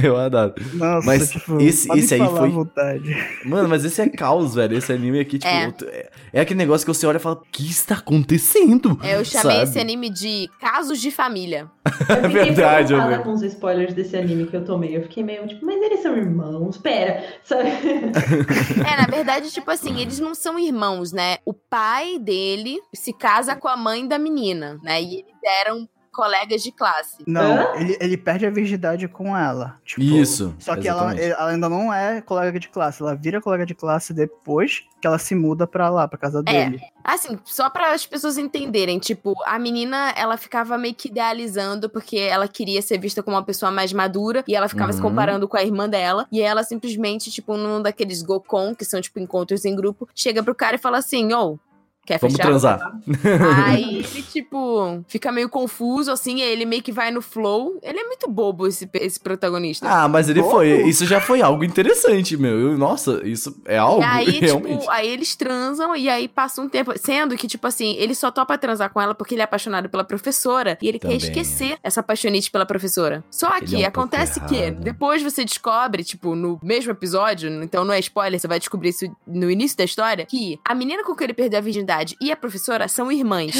Speaker 2: eu adoro.
Speaker 6: Nossa,
Speaker 2: Mas
Speaker 6: tipo,
Speaker 2: esse-
Speaker 6: pode
Speaker 2: esse aí
Speaker 6: falar à
Speaker 2: foi-
Speaker 6: vontade.
Speaker 2: Mano, mas esse é caos, velho. Esse anime aqui, tipo,
Speaker 3: É.
Speaker 2: outro- é, é aquele negócio que você olha e fala: o que está acontecendo?
Speaker 3: É, Eu chamei
Speaker 2: Sabe?
Speaker 3: esse anime de Casos de Família.
Speaker 4: Eu fiquei
Speaker 2: verdade, eu
Speaker 4: preocupada
Speaker 2: vi.
Speaker 4: com os spoilers desse anime que eu tomei. Eu fiquei meio tipo, mas eles são irmãos, pera. Sabe?
Speaker 3: É, na verdade, tipo assim, eles não são irmãos, né? O pai dele se casa com a mãe da menina, né? E eles eram colegas de classe.
Speaker 6: Não, ele, ele perde a virgindade com ela. Tipo,
Speaker 2: Isso,
Speaker 6: Só que ela,
Speaker 2: exatamente.
Speaker 6: ela ainda não é colega de classe. Ela vira colega de classe depois que ela se muda pra lá, pra casa dele.
Speaker 3: Assim, só para as pessoas entenderem, tipo, a menina, ela ficava meio que idealizando porque ela queria ser vista como uma pessoa mais madura e ela ficava se
Speaker 2: Uhum.
Speaker 3: comparando com a irmã dela. E ela simplesmente, tipo, num daqueles gokon, que são, tipo, encontros em grupo, chega pro cara e fala assim: ô, quer
Speaker 2: Vamos
Speaker 3: fechar?
Speaker 2: transar.
Speaker 3: Aí ele, tipo, fica meio confuso, assim, e ele meio que vai no flow. Ele é muito bobo, esse, esse protagonista.
Speaker 2: Ah, mas ele
Speaker 6: Como?
Speaker 2: foi. Isso já foi algo interessante, meu. Eu- nossa, isso é algo
Speaker 3: E aí,
Speaker 2: realmente.
Speaker 3: tipo, aí eles transam e aí passa um tempo. Sendo que, tipo assim, ele só topa transar com ela porque ele é apaixonado pela professora e ele
Speaker 2: Também, é.
Speaker 3: quer esquecer essa paixonite pela professora. Só
Speaker 2: Ele é
Speaker 3: que
Speaker 2: um pouco
Speaker 3: acontece que
Speaker 2: errado.
Speaker 3: depois você descobre, tipo, no mesmo episódio, então não é spoiler, você vai descobrir isso no início da história, que a menina com quem ele perdeu a virgindade e a professora são irmãs.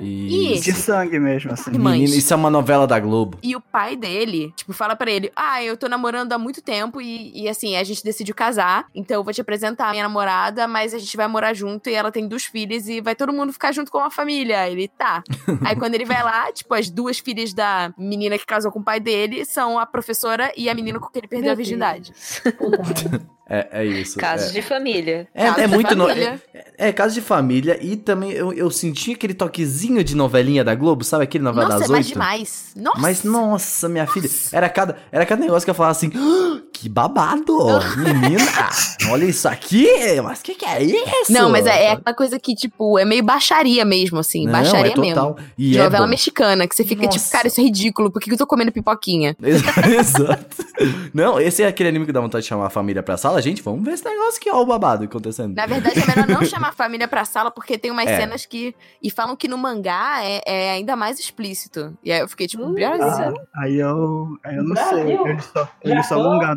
Speaker 2: E-
Speaker 6: De sangue mesmo, assim.
Speaker 3: Irmãs.
Speaker 2: Menina, isso é uma novela da Globo.
Speaker 3: E o pai dele, tipo, fala pra ele: Ah, eu tô namorando há muito tempo e, e, assim, a gente decidiu casar, então eu vou te apresentar a minha namorada, mas a gente vai morar junto e ela tem duas filhas e vai todo mundo ficar junto com a família. Ele tá. Aí quando ele vai lá, tipo, as duas filhas da menina que casou com o pai dele são a professora e a menina com quem ele perdeu a virgindade.
Speaker 4: Puta,
Speaker 2: É, é isso.
Speaker 5: Casos
Speaker 2: é.
Speaker 5: de família.
Speaker 2: É,
Speaker 3: Casa
Speaker 2: é
Speaker 3: de
Speaker 2: muito. no-
Speaker 3: família.
Speaker 2: é, é casa de família. E também eu, eu senti aquele toquezinho de novelinha da Globo, sabe? Aquele novela
Speaker 3: Nossa,
Speaker 2: das
Speaker 3: é mais
Speaker 2: oito.
Speaker 3: demais. Nossa.
Speaker 2: Mas nossa, minha filha, era cada, era cada negócio que eu falava assim, "Ah, que babado, menina, olha isso aqui, mas que que é isso?
Speaker 3: Não, mas é, é aquela coisa que, tipo, é meio baixaria mesmo, assim.
Speaker 2: Não,
Speaker 3: baixaria
Speaker 2: é
Speaker 3: mesmo.
Speaker 2: total. E
Speaker 3: De
Speaker 2: é
Speaker 3: novela
Speaker 2: bom.
Speaker 3: mexicana, que você fica tipo,
Speaker 2: Nossa.
Speaker 3: cara, isso é ridículo, por que que eu tô comendo pipoquinha?
Speaker 2: Exato. Não, esse é aquele anime que dá vontade de chamar a família pra sala, gente, vamos ver esse negócio aqui, ó, o babado acontecendo.
Speaker 3: Na verdade, é melhor não chamar a família pra sala, porque tem umas
Speaker 2: É.
Speaker 3: cenas que. E falam que no mangá é, é ainda mais explícito. E aí eu fiquei tipo, Brasil.
Speaker 6: Ah, aí eu, aí eu não
Speaker 4: Brasil.
Speaker 6: sei. Ele só, ele só
Speaker 4: Japão.
Speaker 6: alongar.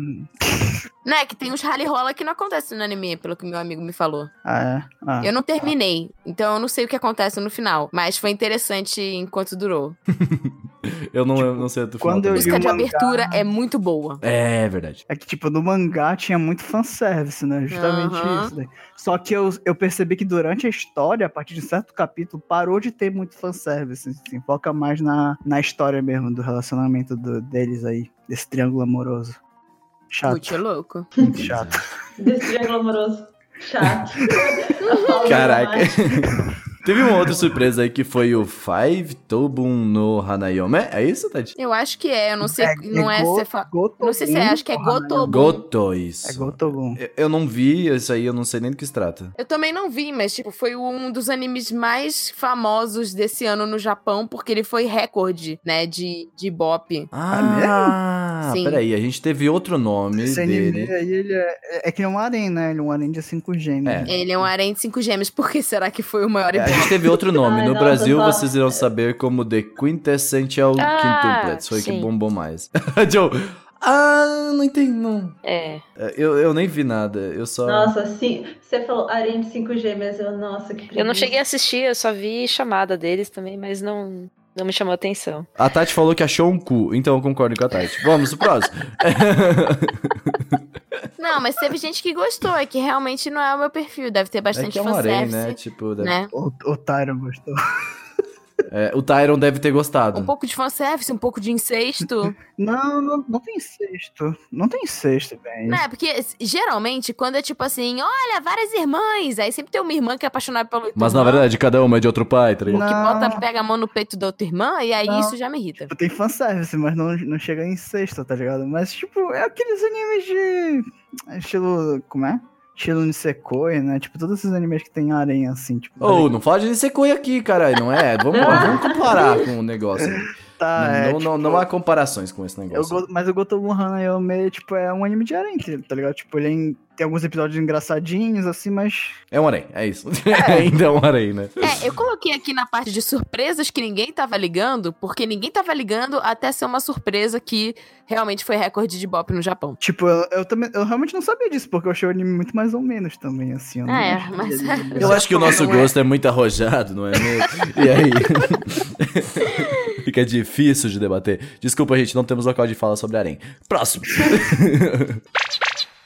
Speaker 3: Né? Que tem uns rally rola que não acontece no anime, pelo que meu amigo me falou.
Speaker 6: Ah, é. Ah.
Speaker 3: Eu não terminei, então eu não sei o que acontece no final. Mas foi interessante enquanto durou.
Speaker 2: Eu não, eu
Speaker 6: Tipo,
Speaker 2: não sei do
Speaker 6: quando
Speaker 2: final também.
Speaker 3: A
Speaker 6: eu li
Speaker 3: música de
Speaker 6: mangá.
Speaker 3: abertura é muito boa.
Speaker 2: É verdade.
Speaker 6: É que, tipo, no mangá tinha muito fanservice, né? Justamente
Speaker 3: Aham.
Speaker 6: isso. Né? Só que eu, eu percebi que durante a história, a partir de um certo capítulo, parou de ter muito fanservice. Assim, foca mais na, na história mesmo, do relacionamento do- deles aí, desse triângulo amoroso.
Speaker 3: Muito
Speaker 6: Chato,
Speaker 3: louco.
Speaker 6: muito chato.
Speaker 4: desse triângulo amoroso. Chato.
Speaker 2: Caraca. Teve uma outra surpresa aí que foi o Five Tobun no Hanayome. É isso, Tati?
Speaker 3: Eu acho que é, eu não sei. não é.
Speaker 6: go-
Speaker 3: você fa-
Speaker 6: Gotobun,
Speaker 3: Não sei se é, acho que é
Speaker 6: porra, né?
Speaker 3: Gotobun.
Speaker 2: Goto, isso.
Speaker 6: É Gotobun.
Speaker 2: Eu- Eu não vi isso aí, eu não sei nem do que se trata.
Speaker 3: Eu também não vi, mas tipo, foi um dos animes mais famosos desse ano no Japão, porque ele foi recorde, né, de, de Ibope.
Speaker 2: Ah,
Speaker 3: mesmo? Sim.
Speaker 2: peraí, a gente teve outro nome
Speaker 6: Ah, né? Esse anime
Speaker 2: dele.
Speaker 6: aí, ele é, é- é que ele é um harém, né? Ele é um harém de cinco gêmeos.
Speaker 2: É.
Speaker 3: Ele é um harém de cinco gêmeos, por que será que foi o maior
Speaker 2: A
Speaker 3: Ibope?
Speaker 2: gente teve outro nome.
Speaker 4: Ai,
Speaker 2: No
Speaker 4: nossa,
Speaker 2: Brasil,
Speaker 4: só-
Speaker 2: vocês irão saber como The Quintessential
Speaker 5: Ah,
Speaker 2: Quintuplets. Foi que
Speaker 5: sim.
Speaker 2: bombou mais. Joe, ah, não entendi, não.
Speaker 5: É.
Speaker 2: É, Eu, eu nem vi nada, eu só...
Speaker 4: Nossa, sim. Você falou Arém de 5G, mas eu, nossa, que
Speaker 5: Eu não cheguei a assistir, eu só vi chamada deles também, mas não, não me chamou atenção.
Speaker 2: A Tati falou que achou um cu, então eu concordo com a Tati. Vamos pro próximo. É
Speaker 3: Não, mas teve gente que gostou, é que realmente não é o meu perfil, deve ter
Speaker 2: é
Speaker 3: bastante
Speaker 2: que é um harém,
Speaker 3: fanservice,
Speaker 2: né?
Speaker 3: né?
Speaker 2: Tipo, deve-
Speaker 6: O, o Tyron gostou.
Speaker 2: é, o Tyron deve ter gostado.
Speaker 3: Um pouco de fanservice, um pouco de incesto,
Speaker 6: Não, não, não tem sexto. Não tem sexto, velho.
Speaker 3: né? Porque s- geralmente, quando é tipo assim, olha, várias irmãs, aí sempre tem uma irmã que é apaixonada pelo outro
Speaker 2: Mas na
Speaker 3: irmão,
Speaker 2: verdade, cada uma é de outro pai, tá ligado?
Speaker 3: que
Speaker 6: Não.
Speaker 3: bota, pega a mão no peito da outra irmã, e aí
Speaker 6: Não.
Speaker 3: isso já me irrita.
Speaker 6: Tipo, tem fanservice, mas não, não chega em sexta, tá ligado? Mas, tipo, é aqueles animes de. Estilo. Como é? Estilo Nisekoi, né? Tipo, todos esses animes que tem aranha, assim, tipo.
Speaker 2: Ô, não fala de Nisekoi aqui, caralho, não é? Vamos lá, vamos comparar com o negócio. não,
Speaker 6: tá, é,
Speaker 2: não, não,
Speaker 6: tipo,
Speaker 2: não há comparações com esse
Speaker 6: eu
Speaker 2: negócio.
Speaker 6: go- mas o Gotobu Hanayome, tipo, é um anime de aranha, tá ligado? Tipo, ele é em- tem alguns episódios engraçadinhos, assim, mas.
Speaker 2: É um harém, é isso. Ainda é um harém, né?
Speaker 3: É, eu coloquei aqui na parte de surpresas que ninguém tava ligando, porque ninguém tava ligando até ser uma surpresa que realmente foi recorde de bop no Japão.
Speaker 6: Tipo, eu, eu também. Eu realmente não sabia disso, porque eu achei o anime muito mais ou menos também, assim. eu não
Speaker 3: É,
Speaker 6: achei
Speaker 3: mas-
Speaker 6: ele-
Speaker 2: Eu acho que o nosso gosto é muito arrojado, não é mesmo? E aí? Fica difícil de debater. Desculpa, gente, não temos local de fala sobre harém. Próximo.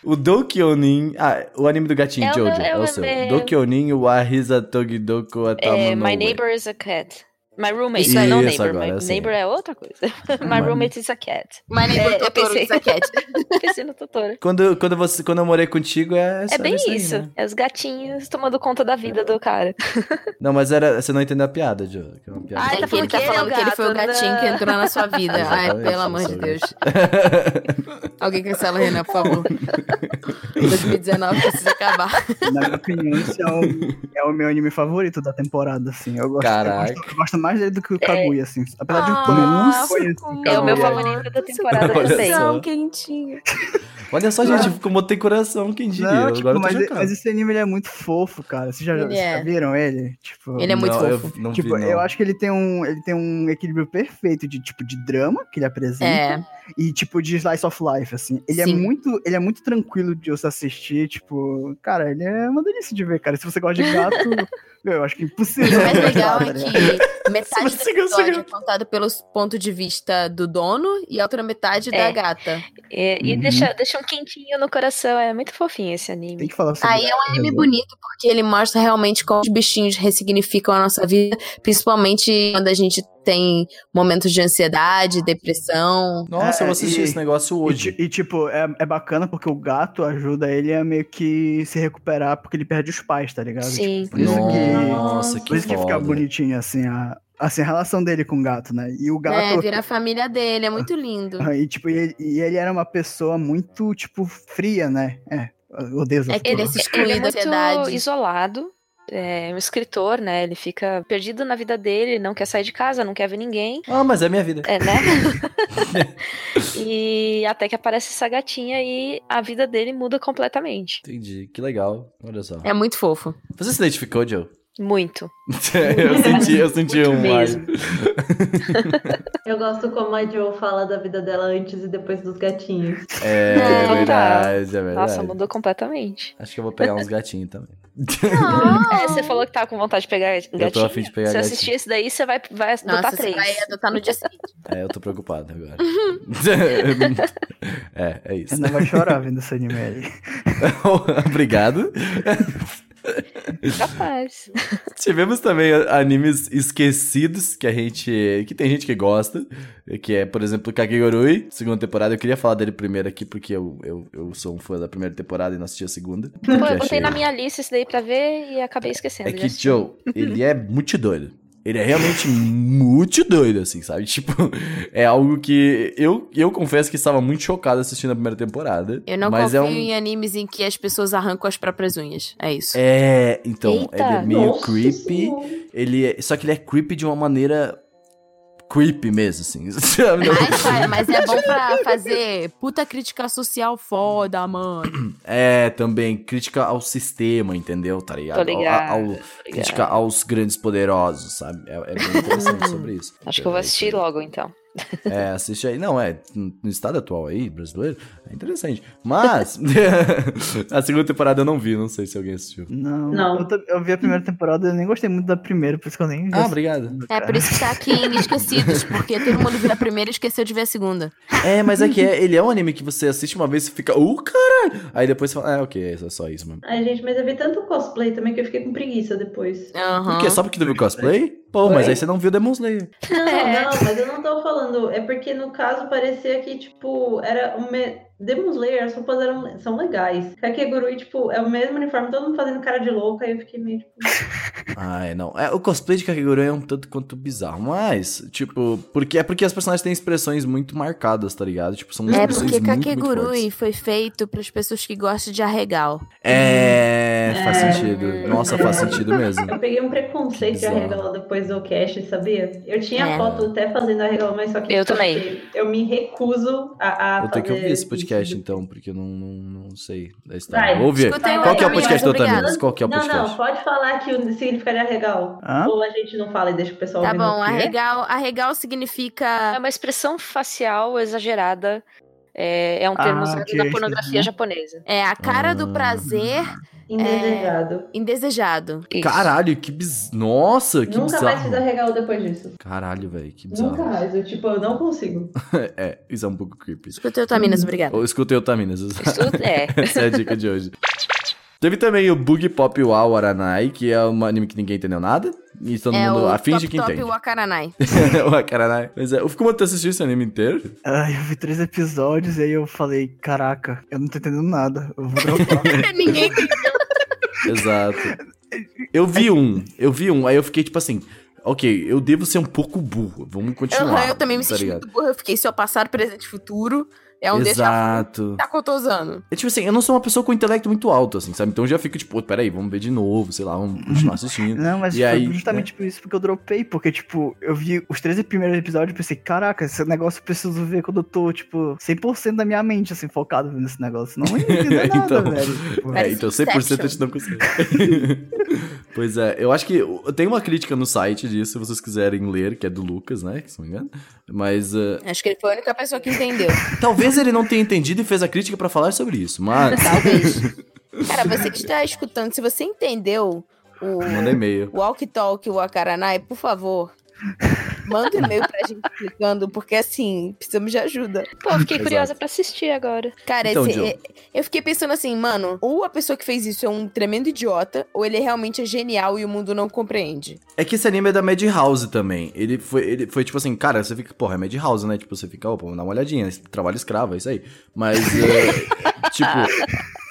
Speaker 2: O Dokyonin. Ah, o anime do gatinho,
Speaker 5: É o
Speaker 2: Jojo.
Speaker 5: meu- é
Speaker 2: é
Speaker 5: o
Speaker 2: o seu.
Speaker 5: meu-
Speaker 2: Dokyonin wa hisa togidoko atama
Speaker 5: É,
Speaker 2: Tá no
Speaker 5: my
Speaker 2: ue.
Speaker 5: neighbor is a cat. My roommate,
Speaker 2: Isso,
Speaker 5: não é
Speaker 2: isso
Speaker 5: neighbor.
Speaker 2: agora,
Speaker 5: my
Speaker 2: assim.
Speaker 5: neighbor é outra coisa. My
Speaker 2: Mano.
Speaker 5: roommate is a cat.
Speaker 3: Mas nem
Speaker 5: É, eu
Speaker 3: é, Totoro,
Speaker 5: pensei.
Speaker 3: do Saquete.
Speaker 5: Pensei no Totoro.
Speaker 2: Quando, quando, você, quando eu morei contigo, é
Speaker 5: É bem
Speaker 2: isso. aí,
Speaker 5: isso.
Speaker 2: né?
Speaker 5: É os gatinhos tomando conta da vida do cara.
Speaker 2: Não, mas era, você não entendeu a piada, Joe. que é uma piada.
Speaker 3: Ah,
Speaker 5: Ai,
Speaker 3: ele tá falando, que,
Speaker 5: ele é o
Speaker 3: ele foi o
Speaker 5: gato,
Speaker 3: gatinho
Speaker 5: né?
Speaker 3: que entrou na sua vida. Ai,
Speaker 2: Exatamente,
Speaker 3: pelo amor de
Speaker 2: sobre
Speaker 3: Deus.
Speaker 5: tá
Speaker 3: Alguém cancela o Renan, por favor. 2019 precisa acabar.
Speaker 6: Na minha opinião, esse é o, é o meu anime favorito da temporada, assim. Eu gosto, eu
Speaker 2: Caraca.
Speaker 6: gosto, eu gosto mais dele do que o Kaguya, assim. Apesar de
Speaker 3: Ah,
Speaker 6: como eu não
Speaker 3: nossa,
Speaker 6: conheço
Speaker 3: como
Speaker 6: o
Speaker 5: É o meu
Speaker 6: Kaguya.
Speaker 5: favorito da temporada
Speaker 2: Olha
Speaker 5: também.
Speaker 2: só.
Speaker 3: Coração quentinho.
Speaker 2: Olha só, gente, como tem coração, quem diria.
Speaker 6: Não, tipo,
Speaker 2: Agora tá eu tô
Speaker 6: mas,
Speaker 2: chocado.
Speaker 6: mas esse anime ele é muito fofo, cara. Vocês já,
Speaker 3: Ele
Speaker 6: vocês já
Speaker 3: é.
Speaker 6: viram ele? Tipo,
Speaker 3: Ele é muito
Speaker 2: não,
Speaker 3: fofo.
Speaker 2: Eu, não
Speaker 6: tipo,
Speaker 2: vi, não.
Speaker 6: eu acho que ele tem um, ele tem um equilíbrio perfeito de tipo de drama que ele apresenta
Speaker 3: É.
Speaker 6: e tipo de slice of life, assim. Ele é
Speaker 3: Sim.
Speaker 6: muito, ele é muito tranquilo de você assistir, tipo, cara, ele é uma delícia de ver, cara. Se você gosta de gato, meu, eu acho que é
Speaker 3: O
Speaker 6: impossível.
Speaker 3: mais
Speaker 6: não
Speaker 3: legal
Speaker 6: gostar,
Speaker 3: é
Speaker 6: tá ligado?
Speaker 3: que metade do
Speaker 2: Você conseguiu,
Speaker 3: episódio
Speaker 2: você
Speaker 3: é contado pelo ponto de vista do dono e a outra metade
Speaker 5: É.
Speaker 3: da gata.
Speaker 5: É, E
Speaker 2: Uhum.
Speaker 5: deixa, deixa um quentinho no coração. É muito fofinho esse
Speaker 6: Tem
Speaker 5: anime.
Speaker 6: que falar sobre
Speaker 3: Aí é um anime
Speaker 6: Renan.
Speaker 3: bonito, porque ele mostra realmente como os bichinhos ressignificam a nossa vida, principalmente quando a gente tem momentos de ansiedade, depressão.
Speaker 2: Nossa, eu
Speaker 6: É,
Speaker 2: vou assistir
Speaker 6: e-
Speaker 2: esse negócio
Speaker 6: E,
Speaker 2: hoje.
Speaker 6: ti- e, tipo, é, é bacana porque o gato ajuda ele a meio que se recuperar porque ele perde os pais, tá ligado?
Speaker 5: Sim.
Speaker 6: Por isso que-
Speaker 2: Nossa, que
Speaker 6: Por isso que fica
Speaker 2: foda.
Speaker 6: bonitinho, assim, a, assim, a relação dele com o gato, né? E o
Speaker 3: É,
Speaker 6: gato.
Speaker 3: vira a família dele, é muito lindo.
Speaker 6: ah, e, tipo, e ele, e ele era uma pessoa muito, tipo, fria, né? É. eu Odeio essa
Speaker 3: É que ele
Speaker 6: palavra.
Speaker 3: se
Speaker 5: Ele
Speaker 3: exclui
Speaker 5: é
Speaker 3: da
Speaker 5: muito
Speaker 3: ansiedade.
Speaker 5: isolado. É um escritor, né? Ele fica perdido na vida dele, não quer sair de casa, não quer ver ninguém,
Speaker 2: Ah, mas é minha vida.
Speaker 5: é, né? e até que aparece essa gatinha e a vida dele muda completamente.
Speaker 2: Entendi, que legal. Olha só.
Speaker 3: É muito fofo.
Speaker 2: Você se identificou, Joe?
Speaker 5: Muito.
Speaker 2: eu senti, eu senti
Speaker 5: Muito
Speaker 2: um ar.
Speaker 5: mesmo.
Speaker 4: Eu gosto como a Joe fala da vida dela antes e depois dos gatinhos.
Speaker 2: É,
Speaker 5: Não, tá.
Speaker 2: verdade, é verdade.
Speaker 5: Nossa, mudou completamente.
Speaker 2: Acho que eu vou pegar uns gatinhos também.
Speaker 3: Ah!
Speaker 5: É, você falou que tava com vontade de pegar gatinho.
Speaker 2: Eu tô afim de pegar
Speaker 5: Se
Speaker 2: gatinho.
Speaker 5: assistir esse daí, você vai, vai
Speaker 3: Nossa,
Speaker 5: adotar
Speaker 3: você
Speaker 5: três.
Speaker 3: vai adotar no dia seguinte.
Speaker 2: É, eu tô preocupado agora. é, é isso.
Speaker 6: Renan vai chorar vendo esse anime aí.
Speaker 2: Obrigado.
Speaker 5: Capaz.
Speaker 2: Tivemos também animes esquecidos que a gente. que tem gente que gosta. Que é, por exemplo, Kakegorui, segunda temporada. Eu queria falar dele primeiro aqui, porque eu, eu, eu sou um fã da primeira temporada e não assisti a segunda.
Speaker 5: Pô,
Speaker 2: Porque
Speaker 5: eu
Speaker 2: achei-
Speaker 5: botei na minha lista esse daí pra ver e acabei esquecendo.
Speaker 2: É
Speaker 5: de
Speaker 2: que
Speaker 5: assistir.
Speaker 2: Joe, ele é muito doido. Ele é realmente muito doido, assim, sabe? Tipo, é algo que eu, eu confesso que estava muito chocado assistindo a primeira temporada.
Speaker 3: Eu não
Speaker 2: mas
Speaker 3: confio
Speaker 2: é um...
Speaker 3: em animes em que as pessoas arrancam as próprias unhas. É isso.
Speaker 2: É, então,
Speaker 5: Eita.
Speaker 2: ele é meio
Speaker 4: Nossa
Speaker 2: creepy.
Speaker 4: Senhora.
Speaker 2: Ele é- só que ele é creepy de uma maneira creepy mesmo, assim. sabe?
Speaker 3: Mas, cara, mas é bom pra fazer puta crítica social foda, mano.
Speaker 2: É, também, crítica ao sistema, entendeu? Tá ligado?
Speaker 5: Tô
Speaker 2: Ao-
Speaker 5: ligado.
Speaker 2: ao-
Speaker 5: Obrigada.
Speaker 2: crítica aos grandes poderosos, sabe? É, é bem interessante sobre isso.
Speaker 5: Hum. Acho que eu vou assistir
Speaker 2: logo.
Speaker 5: logo, então.
Speaker 2: É, assiste aí. Não, é, no no estado atual aí, brasileiro, é interessante. Mas, a segunda temporada eu não vi, não sei se alguém assistiu.
Speaker 6: Não.
Speaker 4: Não.
Speaker 6: Eu, ta- eu vi a primeira temporada, eu nem gostei muito da primeira, por isso que eu nem vi.
Speaker 2: Ah,
Speaker 6: essa
Speaker 2: obrigado.
Speaker 3: É por isso que tá aqui em Esquecidos, porque todo mundo viu a primeira e esqueceu de ver a segunda.
Speaker 2: É, mas é que é- ele é um anime que você assiste uma vez e fica, uh, caralho! Aí depois você fala, ah, ok, é só- só isso mesmo.
Speaker 4: Ai, gente, mas eu vi tanto cosplay também que eu fiquei com preguiça depois.
Speaker 3: Aham.
Speaker 2: Por quê? Só porque tu viu cosplay? Pô, mas
Speaker 4: Oi.
Speaker 2: aí você não viu Demon Slayer.
Speaker 4: Não,
Speaker 5: É.
Speaker 4: não, mas eu não tô falando. É porque no caso parecia que, tipo, era um. Me... Demon Slayer, as roupas eram, são legais. Kakegurui, tipo, é o mesmo uniforme, todo mundo fazendo cara de louca, aí eu fiquei meio tipo.
Speaker 2: Ai, não. É, o cosplay de Kakegurui é um tanto quanto bizarro, mas, tipo, porque é porque as personagens têm expressões muito marcadas, tá ligado? Tipo, são
Speaker 3: É
Speaker 2: expressões
Speaker 3: porque
Speaker 2: muito, muito fortes.
Speaker 3: Kakegurui foi feito pras pessoas que gostam de arregal.
Speaker 2: É, faz
Speaker 4: É.
Speaker 2: sentido. Nossa, faz sentido mesmo.
Speaker 4: Eu peguei um preconceito de
Speaker 2: Bizarro.
Speaker 4: arregalar depois do cast, sabia? Eu tinha
Speaker 3: É.
Speaker 4: foto até fazendo arregalar, mas só que. tipo, assim,
Speaker 5: Eu também.
Speaker 4: Eu me recuso a. a
Speaker 2: Eu tenho que
Speaker 4: fazer
Speaker 2: ouvir esse podcast,
Speaker 4: isso.
Speaker 2: então, porque eu não, não, não sei da história.
Speaker 4: Vai,
Speaker 2: Vou ouvir.
Speaker 3: escuta aí,
Speaker 2: Qual que é o
Speaker 3: Camila,
Speaker 2: podcast do
Speaker 3: muito
Speaker 2: Otaninhos?
Speaker 3: um obrigada.
Speaker 2: Qual que é o
Speaker 4: Não, não,
Speaker 2: podcast?
Speaker 4: pode falar que o significado de arregal.
Speaker 6: Hã?
Speaker 4: Ou a gente não fala e deixa o pessoal
Speaker 3: Tá
Speaker 4: ouvir no
Speaker 3: bom,
Speaker 4: quê?
Speaker 3: arregal, arregal
Speaker 5: É
Speaker 3: significa.
Speaker 5: uma expressão facial exagerada. É, é um
Speaker 6: Ah,
Speaker 5: termo usado
Speaker 6: ok,
Speaker 2: né?
Speaker 5: na pornografia
Speaker 6: entendi.
Speaker 5: japonesa.
Speaker 3: É a cara
Speaker 2: Ah.
Speaker 3: do prazer
Speaker 4: Indesejado.
Speaker 3: Indesejado.
Speaker 5: Isso.
Speaker 2: Caralho, que bizarro. Nossa, que
Speaker 4: Nunca
Speaker 2: bizarro.
Speaker 4: mais fiz arregal depois disso.
Speaker 2: Caralho, velho, que bizarro.
Speaker 4: Nunca mais. Eu, tipo, eu não consigo.
Speaker 2: É, isso é um pouco creepy.
Speaker 3: Escutei o Taminas, tá, obrigada.
Speaker 2: Ou escutei o Taminas.
Speaker 5: Isso é.
Speaker 2: Essa é a dica de hoje. Teve também o Bug Pop Wow Aranai, que é um anime que ninguém entendeu nada. E todo
Speaker 3: é
Speaker 2: mundo
Speaker 3: o
Speaker 2: afinge
Speaker 3: Top
Speaker 2: que
Speaker 3: Top
Speaker 2: entende.
Speaker 3: Wakaranai.
Speaker 2: o Akaranai. Mas é, o Fukumoto assistiu esse anime inteiro?
Speaker 6: Ai, eu vi três episódios e aí eu falei, caraca, eu não tô entendendo nada. Eu vou dropar.
Speaker 3: Ninguém entende.
Speaker 2: Exato. Eu vi um, eu vi um, aí eu fiquei tipo assim, ok, eu devo ser um pouco burro, vamos continuar.
Speaker 3: Aham, eu também me
Speaker 2: tá
Speaker 3: senti
Speaker 2: ligado?
Speaker 3: muito burra. Eu fiquei só passado, presente e futuro. É um déjà vu.
Speaker 2: Exato.
Speaker 3: Tá cotosando.
Speaker 2: É tipo assim, eu não sou uma pessoa com intelecto muito alto, assim, sabe? Então eu já fico tipo, pô, peraí, vamos ver de novo, sei lá, vamos continuar assistindo.
Speaker 6: Não, mas
Speaker 2: E
Speaker 6: foi
Speaker 2: aí, né?
Speaker 6: justamente por isso que eu dropei, porque, tipo, eu vi os três primeiros episódios e pensei, caraca, esse negócio eu preciso ver quando eu tô, tipo, 100% da minha mente, assim, focado nesse negócio. Não ia entender nada,
Speaker 2: Então,
Speaker 6: velho. Tipo,
Speaker 2: É,
Speaker 3: Parece
Speaker 2: então 100% a gente
Speaker 3: Inception.
Speaker 2: não consegue. pois é, eu acho que tem uma crítica no site disso, se vocês quiserem ler, que é do Lucas, né? Se não me engano. Mas eh,
Speaker 3: Acho que ele foi a única pessoa que entendeu.
Speaker 2: talvez ele não tenha entendido e fez a crítica pra falar sobre isso, mas
Speaker 3: Talvez. Cara, você que está escutando, se você entendeu o
Speaker 2: manda e-mail.
Speaker 3: Walk Talk Wakaranai, por favor, manda um e-mail pra gente explicando, porque assim, precisamos de ajuda.
Speaker 5: Pô, fiquei
Speaker 2: Exato.
Speaker 5: curiosa pra assistir agora.
Speaker 3: Cara,
Speaker 2: Então,
Speaker 3: esse-
Speaker 2: Joe.
Speaker 3: é- eu fiquei pensando assim, mano, ou a pessoa que fez isso é um tremendo idiota, ou ele realmente é genial e o mundo não compreende.
Speaker 2: É que esse anime é da Madhouse também. Ele foi, ele foi tipo assim, cara, você fica, porra, é Madhouse, né? Tipo, você fica, opa, vamos dar uma olhadinha, esse trabalho escravo, é isso aí. Mas, eh, tipo,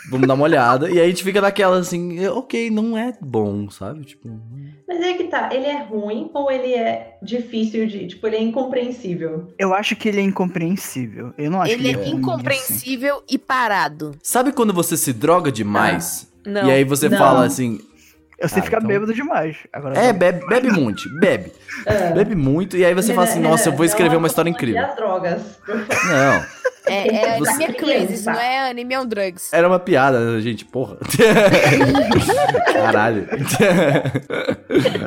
Speaker 2: vamos dar uma olhada. E aí a gente fica naquela assim, eh, ok, não é bom, sabe? Tipo,
Speaker 4: Mas é que tá, ele é ruim ou ele é difícil de. Tipo, ele é incompreensível.
Speaker 6: eu acho que ele é incompreensível. Eu não acho
Speaker 3: ele
Speaker 6: que
Speaker 3: é
Speaker 6: ruim, assim.
Speaker 3: incompreensível e parado.
Speaker 2: Sabe quando você se droga demais?
Speaker 5: Não.
Speaker 2: E aí você
Speaker 4: Não.
Speaker 2: fala assim,
Speaker 6: assim. Eu sei
Speaker 2: Ah,
Speaker 6: ficar
Speaker 2: então-
Speaker 6: bêbado demais. Agora,
Speaker 2: é, bebe, bebe muito, bebe.
Speaker 4: É.
Speaker 2: Bebe muito, e aí você fala assim,
Speaker 4: Renan,
Speaker 2: nossa, eu vou
Speaker 4: Renan,
Speaker 2: escrever
Speaker 4: não
Speaker 2: uma história
Speaker 4: apologia
Speaker 2: incrível.
Speaker 4: às é drogas.
Speaker 2: Não,
Speaker 3: É, é
Speaker 4: Você-
Speaker 3: anime é crazy,
Speaker 4: criança.
Speaker 3: não é anime on drugs.
Speaker 2: era uma piada, né, gente, porra. Caralho.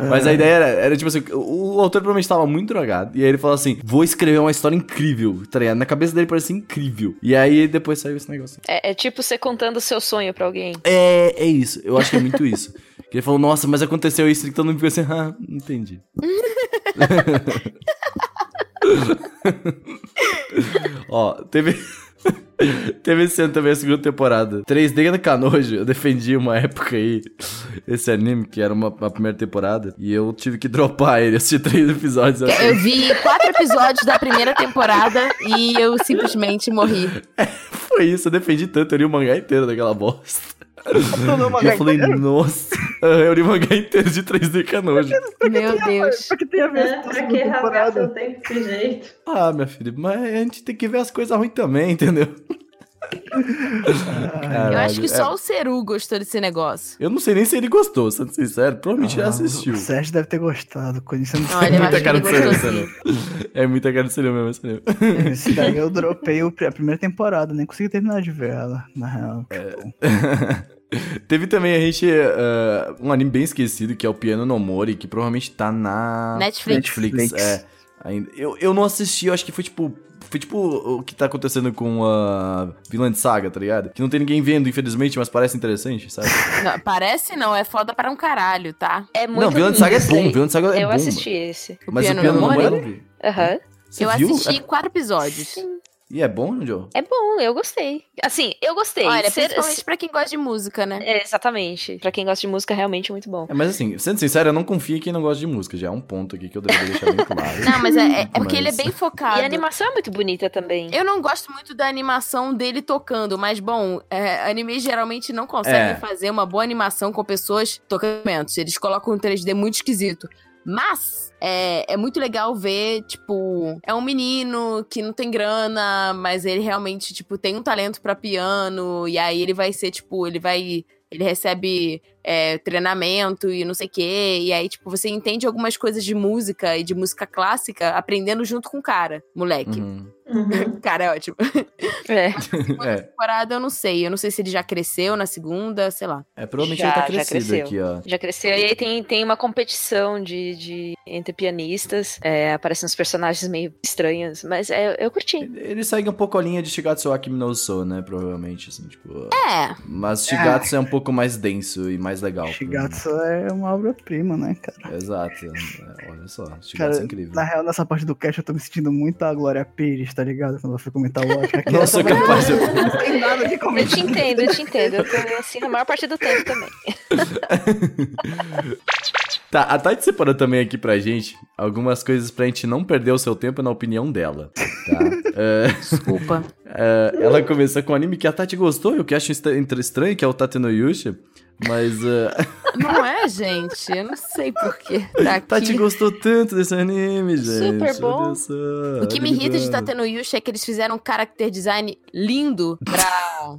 Speaker 2: Mas a ideia era, era tipo assim, o, o autor provavelmente estava muito drogado, e aí ele falou assim, vou escrever uma história incrível, tá ligado? Na cabeça dele parecia incrível. E aí depois saiu esse negócio.
Speaker 5: É, é tipo você contando o seu sonho pra alguém.
Speaker 2: É, é isso, eu acho que é muito isso. Que ele falou, nossa, mas aconteceu isso, e todo mundo ficou assim, ah, entendi. Ó, teve. teve esse ano também a segunda temporada. 3D no Canojo, eu defendi uma época aí esse anime, que era uma, a primeira temporada, e eu tive que dropar ele, assisti três episódios. eu achei-
Speaker 3: Eu vi quatro episódios da primeira temporada e eu simplesmente morri.
Speaker 2: Foi isso, eu defendi tanto, eu li o mangá inteiro daquela bosta.
Speaker 6: Tu leu o mangá
Speaker 2: eu falei,
Speaker 6: inteiro?
Speaker 2: nossa, eu li o mangá inteiro de 3D Canojo.
Speaker 3: Meu Deus.
Speaker 6: Pra que tem a
Speaker 3: É,
Speaker 6: ver
Speaker 4: Né?
Speaker 6: essa
Speaker 4: Pra que rasgar
Speaker 6: temporada?
Speaker 4: seu tempo desse jeito?
Speaker 2: Ah, minha filha, mas a gente tem que ver as coisas ruins também, entendeu? Caralho,
Speaker 3: Eu acho que
Speaker 2: é.
Speaker 3: só o Seru gostou desse negócio.
Speaker 2: Eu não sei nem se ele gostou, sendo sincero. Provavelmente já
Speaker 6: Ah,
Speaker 2: assistiu. É
Speaker 6: O Sérgio deve ter gostado, conhecendo
Speaker 3: Olha, eu
Speaker 2: muita
Speaker 3: acho que
Speaker 2: cara
Speaker 3: ele
Speaker 2: de ser
Speaker 3: gostou
Speaker 2: mesmo.
Speaker 3: sim.
Speaker 2: É muita cara de ser mesmo, esse anime.
Speaker 6: Esse daí eu dropei o- a primeira temporada, nem consegui terminar de ver ela, na real.
Speaker 2: Teve também a gente. eh, um anime bem esquecido, que é o Piano No Mori, que provavelmente tá na.
Speaker 3: Netflix.
Speaker 2: Netflix, é. Ainda. Eu, eu não assisti, eu acho que foi tipo. Foi tipo o que tá acontecendo com a Vilã de Saga, tá ligado? Que não tem ninguém vendo, infelizmente, mas parece interessante, sabe?
Speaker 3: Não, parece não, é foda para um caralho, tá?
Speaker 5: É muito
Speaker 2: não, Vilã de
Speaker 5: lindo
Speaker 2: Saga é
Speaker 5: isso
Speaker 2: bom,
Speaker 5: daí.
Speaker 2: Vilã de Saga é
Speaker 5: Eu
Speaker 2: bom.
Speaker 5: assisti esse.
Speaker 3: O
Speaker 2: Mas
Speaker 3: piano,
Speaker 2: o Piano
Speaker 3: no é
Speaker 2: No Mori eu
Speaker 3: Mori.
Speaker 2: não vi.
Speaker 5: Aham.
Speaker 2: Você
Speaker 3: Eu
Speaker 2: viu? É,
Speaker 3: assisti quatro episódios.
Speaker 2: E é bom, Joe?
Speaker 5: É bom, eu gostei. Assim, eu gostei.
Speaker 3: Olha,
Speaker 5: Ser-
Speaker 3: principalmente pra quem gosta de música, né?
Speaker 5: É, exatamente. Pra quem gosta de música, realmente é muito bom.
Speaker 2: É, mas assim, sendo sincero, eu não confio em quem não gosta de música. Já é um ponto aqui que eu deveria deixar bem claro.
Speaker 3: Não, mas é, é- é porque
Speaker 2: Mas-
Speaker 3: ele é bem focado.
Speaker 5: E a animação é muito bonita também.
Speaker 3: Eu não gosto muito da animação dele tocando, mas bom, é, anime geralmente não conseguem
Speaker 2: É.
Speaker 3: fazer uma boa animação com pessoas tocando instrumentos. Eles colocam um 3D muito esquisito. Mas é, é muito legal ver, tipo, é um menino que não tem grana, mas ele realmente, tipo, tem um talento pra piano. E aí ele vai ser, tipo, ele vai. Ele recebe é, treinamento e não sei o quê. E aí, tipo, você entende algumas coisas de música e de música clássica aprendendo junto com o cara, moleque.
Speaker 2: Uhum.
Speaker 4: Uhum.
Speaker 3: Cara, é ótimo.
Speaker 5: É.
Speaker 3: Segunda temporada eu não sei. Eu não sei se ele já cresceu na segunda, sei lá.
Speaker 2: É, provavelmente
Speaker 5: Já-
Speaker 2: ele tá
Speaker 5: já
Speaker 2: crescido
Speaker 5: cresceu.
Speaker 2: aqui, ó.
Speaker 5: Já cresceu. E aí tem, tem uma competição de, de entre pianistas. É, aparecem uns personagens meio estranhos. Mas é, eu curti.
Speaker 2: Ele ele segue um pouco a linha de Shigatsu Aki no Sou, né? Provavelmente, assim, tipo...
Speaker 3: É,
Speaker 2: Mas Shigatsu é um pouco mais denso e mais legal.
Speaker 6: Shigatsu é uma obra-prima, né, cara?
Speaker 2: Exato. É, olha só, Shigatsu
Speaker 6: Cara,
Speaker 2: é incrível.
Speaker 6: Na real, nessa parte do cast eu tô me sentindo muito a Glória Pires, tá ligado? Quando ela foi comentar o Oscar. que
Speaker 2: Nossa,
Speaker 6: ela tava-
Speaker 2: capaz de...
Speaker 6: Não tem nada de
Speaker 5: Eu te
Speaker 6: comentar.
Speaker 5: entendo, eu te entendo. Eu tô assim na maior parte do tempo também.
Speaker 2: Tá, a Tati separou também aqui pra gente algumas coisas pra gente não perder o seu tempo na opinião dela, tá? É,
Speaker 3: desculpa.
Speaker 2: é, ela começou com um anime que a Tati gostou, eu que acho estra- entre- estranho, que é o Tate no Yusha, mas é,
Speaker 3: Não é, gente? Eu não sei porquê. Tá
Speaker 2: a Tati
Speaker 3: aqui.
Speaker 2: gostou tanto desse anime, gente.
Speaker 5: Super bom.
Speaker 2: olha só,
Speaker 3: O que me
Speaker 2: olha
Speaker 3: irrita
Speaker 2: só.
Speaker 3: de estar tendo Yusha é que eles fizeram um character design lindo pra.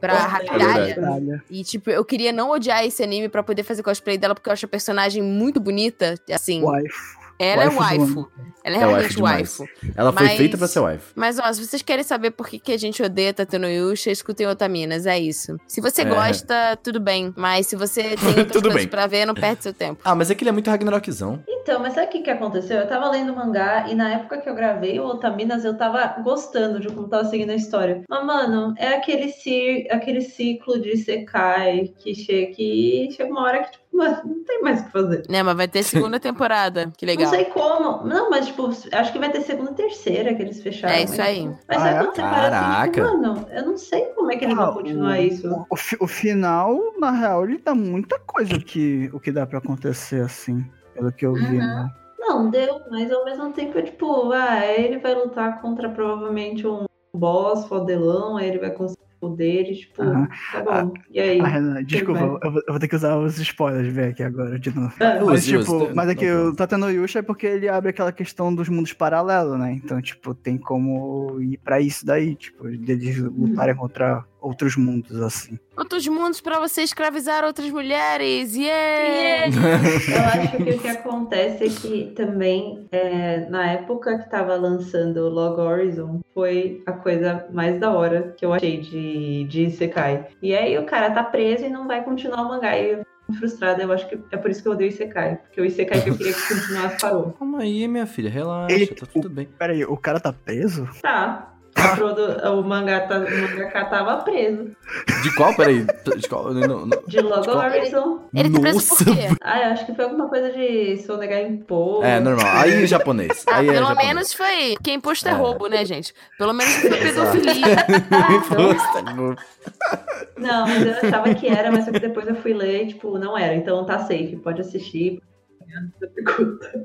Speaker 3: pra Rapidalha.
Speaker 6: Caralho.
Speaker 3: E, tipo, eu queria não odiar esse anime pra poder fazer cosplay dela, porque eu acho a personagem muito bonita. Assim,
Speaker 6: Wife.
Speaker 3: ela é
Speaker 6: waifu do
Speaker 3: waifu. Ela é
Speaker 2: É waifu
Speaker 3: realmente
Speaker 2: demais.
Speaker 3: waifu.
Speaker 2: Ela foi
Speaker 3: mas-
Speaker 2: feita pra ser wife.
Speaker 3: Mas, ó, se vocês querem saber por que, que a gente odeia Tatano Yusha, escutem Otaminas, é isso. Se você
Speaker 2: É.
Speaker 3: gosta, tudo bem. Mas se você tem outras
Speaker 2: Tudo
Speaker 3: coisas
Speaker 2: bem.
Speaker 3: pra ver, não perde seu tempo.
Speaker 2: Ah, mas é que ele é muito Ragnarokzão.
Speaker 4: Então, mas sabe o que, que aconteceu? Eu tava lendo mangá e na época que eu gravei o Otaminas, eu tava gostando de como tava seguindo a história. Mas, mano, é aquele, cir aquele ciclo de Sekai que chega, que chega uma hora que, tipo, mano, não tem mais o que fazer.
Speaker 3: Né, mas vai ter segunda temporada. Que legal.
Speaker 4: Não sei como. Não, mas tipo, acho que vai ter segunda e terceira que eles fecharam. Então,
Speaker 3: É isso aí.
Speaker 4: Mas
Speaker 6: Ah,
Speaker 4: sabe
Speaker 6: é?
Speaker 4: quando você para assim,
Speaker 2: Caraca.
Speaker 4: tipo, mano, eu não sei como é que eles
Speaker 6: Ah,
Speaker 4: vão continuar
Speaker 6: o-
Speaker 4: isso.
Speaker 6: O, fi- o final, na real, ele dá muita coisa que, o que dá pra acontecer, assim. Pelo que eu vi, né?
Speaker 4: Não, deu, mas ao mesmo tempo, é tipo, ah, aí ele vai lutar contra provavelmente um boss fodelão, aí ele vai conseguir poderes, tipo,
Speaker 6: Aham.
Speaker 4: tá bom. E aí?
Speaker 6: Ah, Renan, desculpa,
Speaker 4: vai.
Speaker 6: eu vou, eu vou ter que usar os spoilers velho aqui agora de novo.
Speaker 4: Ah,
Speaker 2: Use,
Speaker 6: Mas, tipo,
Speaker 2: use.
Speaker 6: mas é
Speaker 2: Não
Speaker 6: que
Speaker 2: tem.
Speaker 6: o Tateno Yusha é porque ele abre aquela questão dos mundos paralelos, né? Então, tipo, tem como ir pra isso daí, tipo, deles lutarem
Speaker 2: Uhum.
Speaker 6: contra outros mundos, assim.
Speaker 3: Outros mundos pra você escravizar outras mulheres. Yeah!
Speaker 5: Yeah!
Speaker 4: Eu acho que o que acontece é que também, é, na época que tava lançando o Log Horizon, foi a coisa mais da hora que eu achei de, de Isekai. E aí o cara tá preso e não vai continuar o mangá. E eu fico frustrada, eu acho que é por isso que eu odeio Isekai. Porque o Isekai que eu queria que continuasse parou.
Speaker 2: Calma aí, minha filha, relaxa,
Speaker 6: Ele-
Speaker 2: tá tudo bem.
Speaker 6: Pera aí, o cara tá preso?
Speaker 4: Tá. A produ- o mangá tá, o mangaka tava preso.
Speaker 2: De qual? Peraí. De qual? Não, não.
Speaker 4: De Log
Speaker 2: Tipo,
Speaker 4: Horizon.
Speaker 3: Ele tá preso
Speaker 2: Nossa,
Speaker 3: por quê?
Speaker 4: Ah, eu acho que foi alguma coisa de sonegar em pouco.
Speaker 2: É, normal. Aí é japonês.
Speaker 3: Ah,
Speaker 2: Aí é
Speaker 3: pelo
Speaker 2: japonês.
Speaker 3: menos foi. Porque imposto é,
Speaker 2: É.
Speaker 3: roubo, né, gente? Pelo menos foi pedofilia.
Speaker 4: Não, mas eu achava que era, mas só que depois eu fui ler e, tipo, não era. Então tá safe, pode assistir.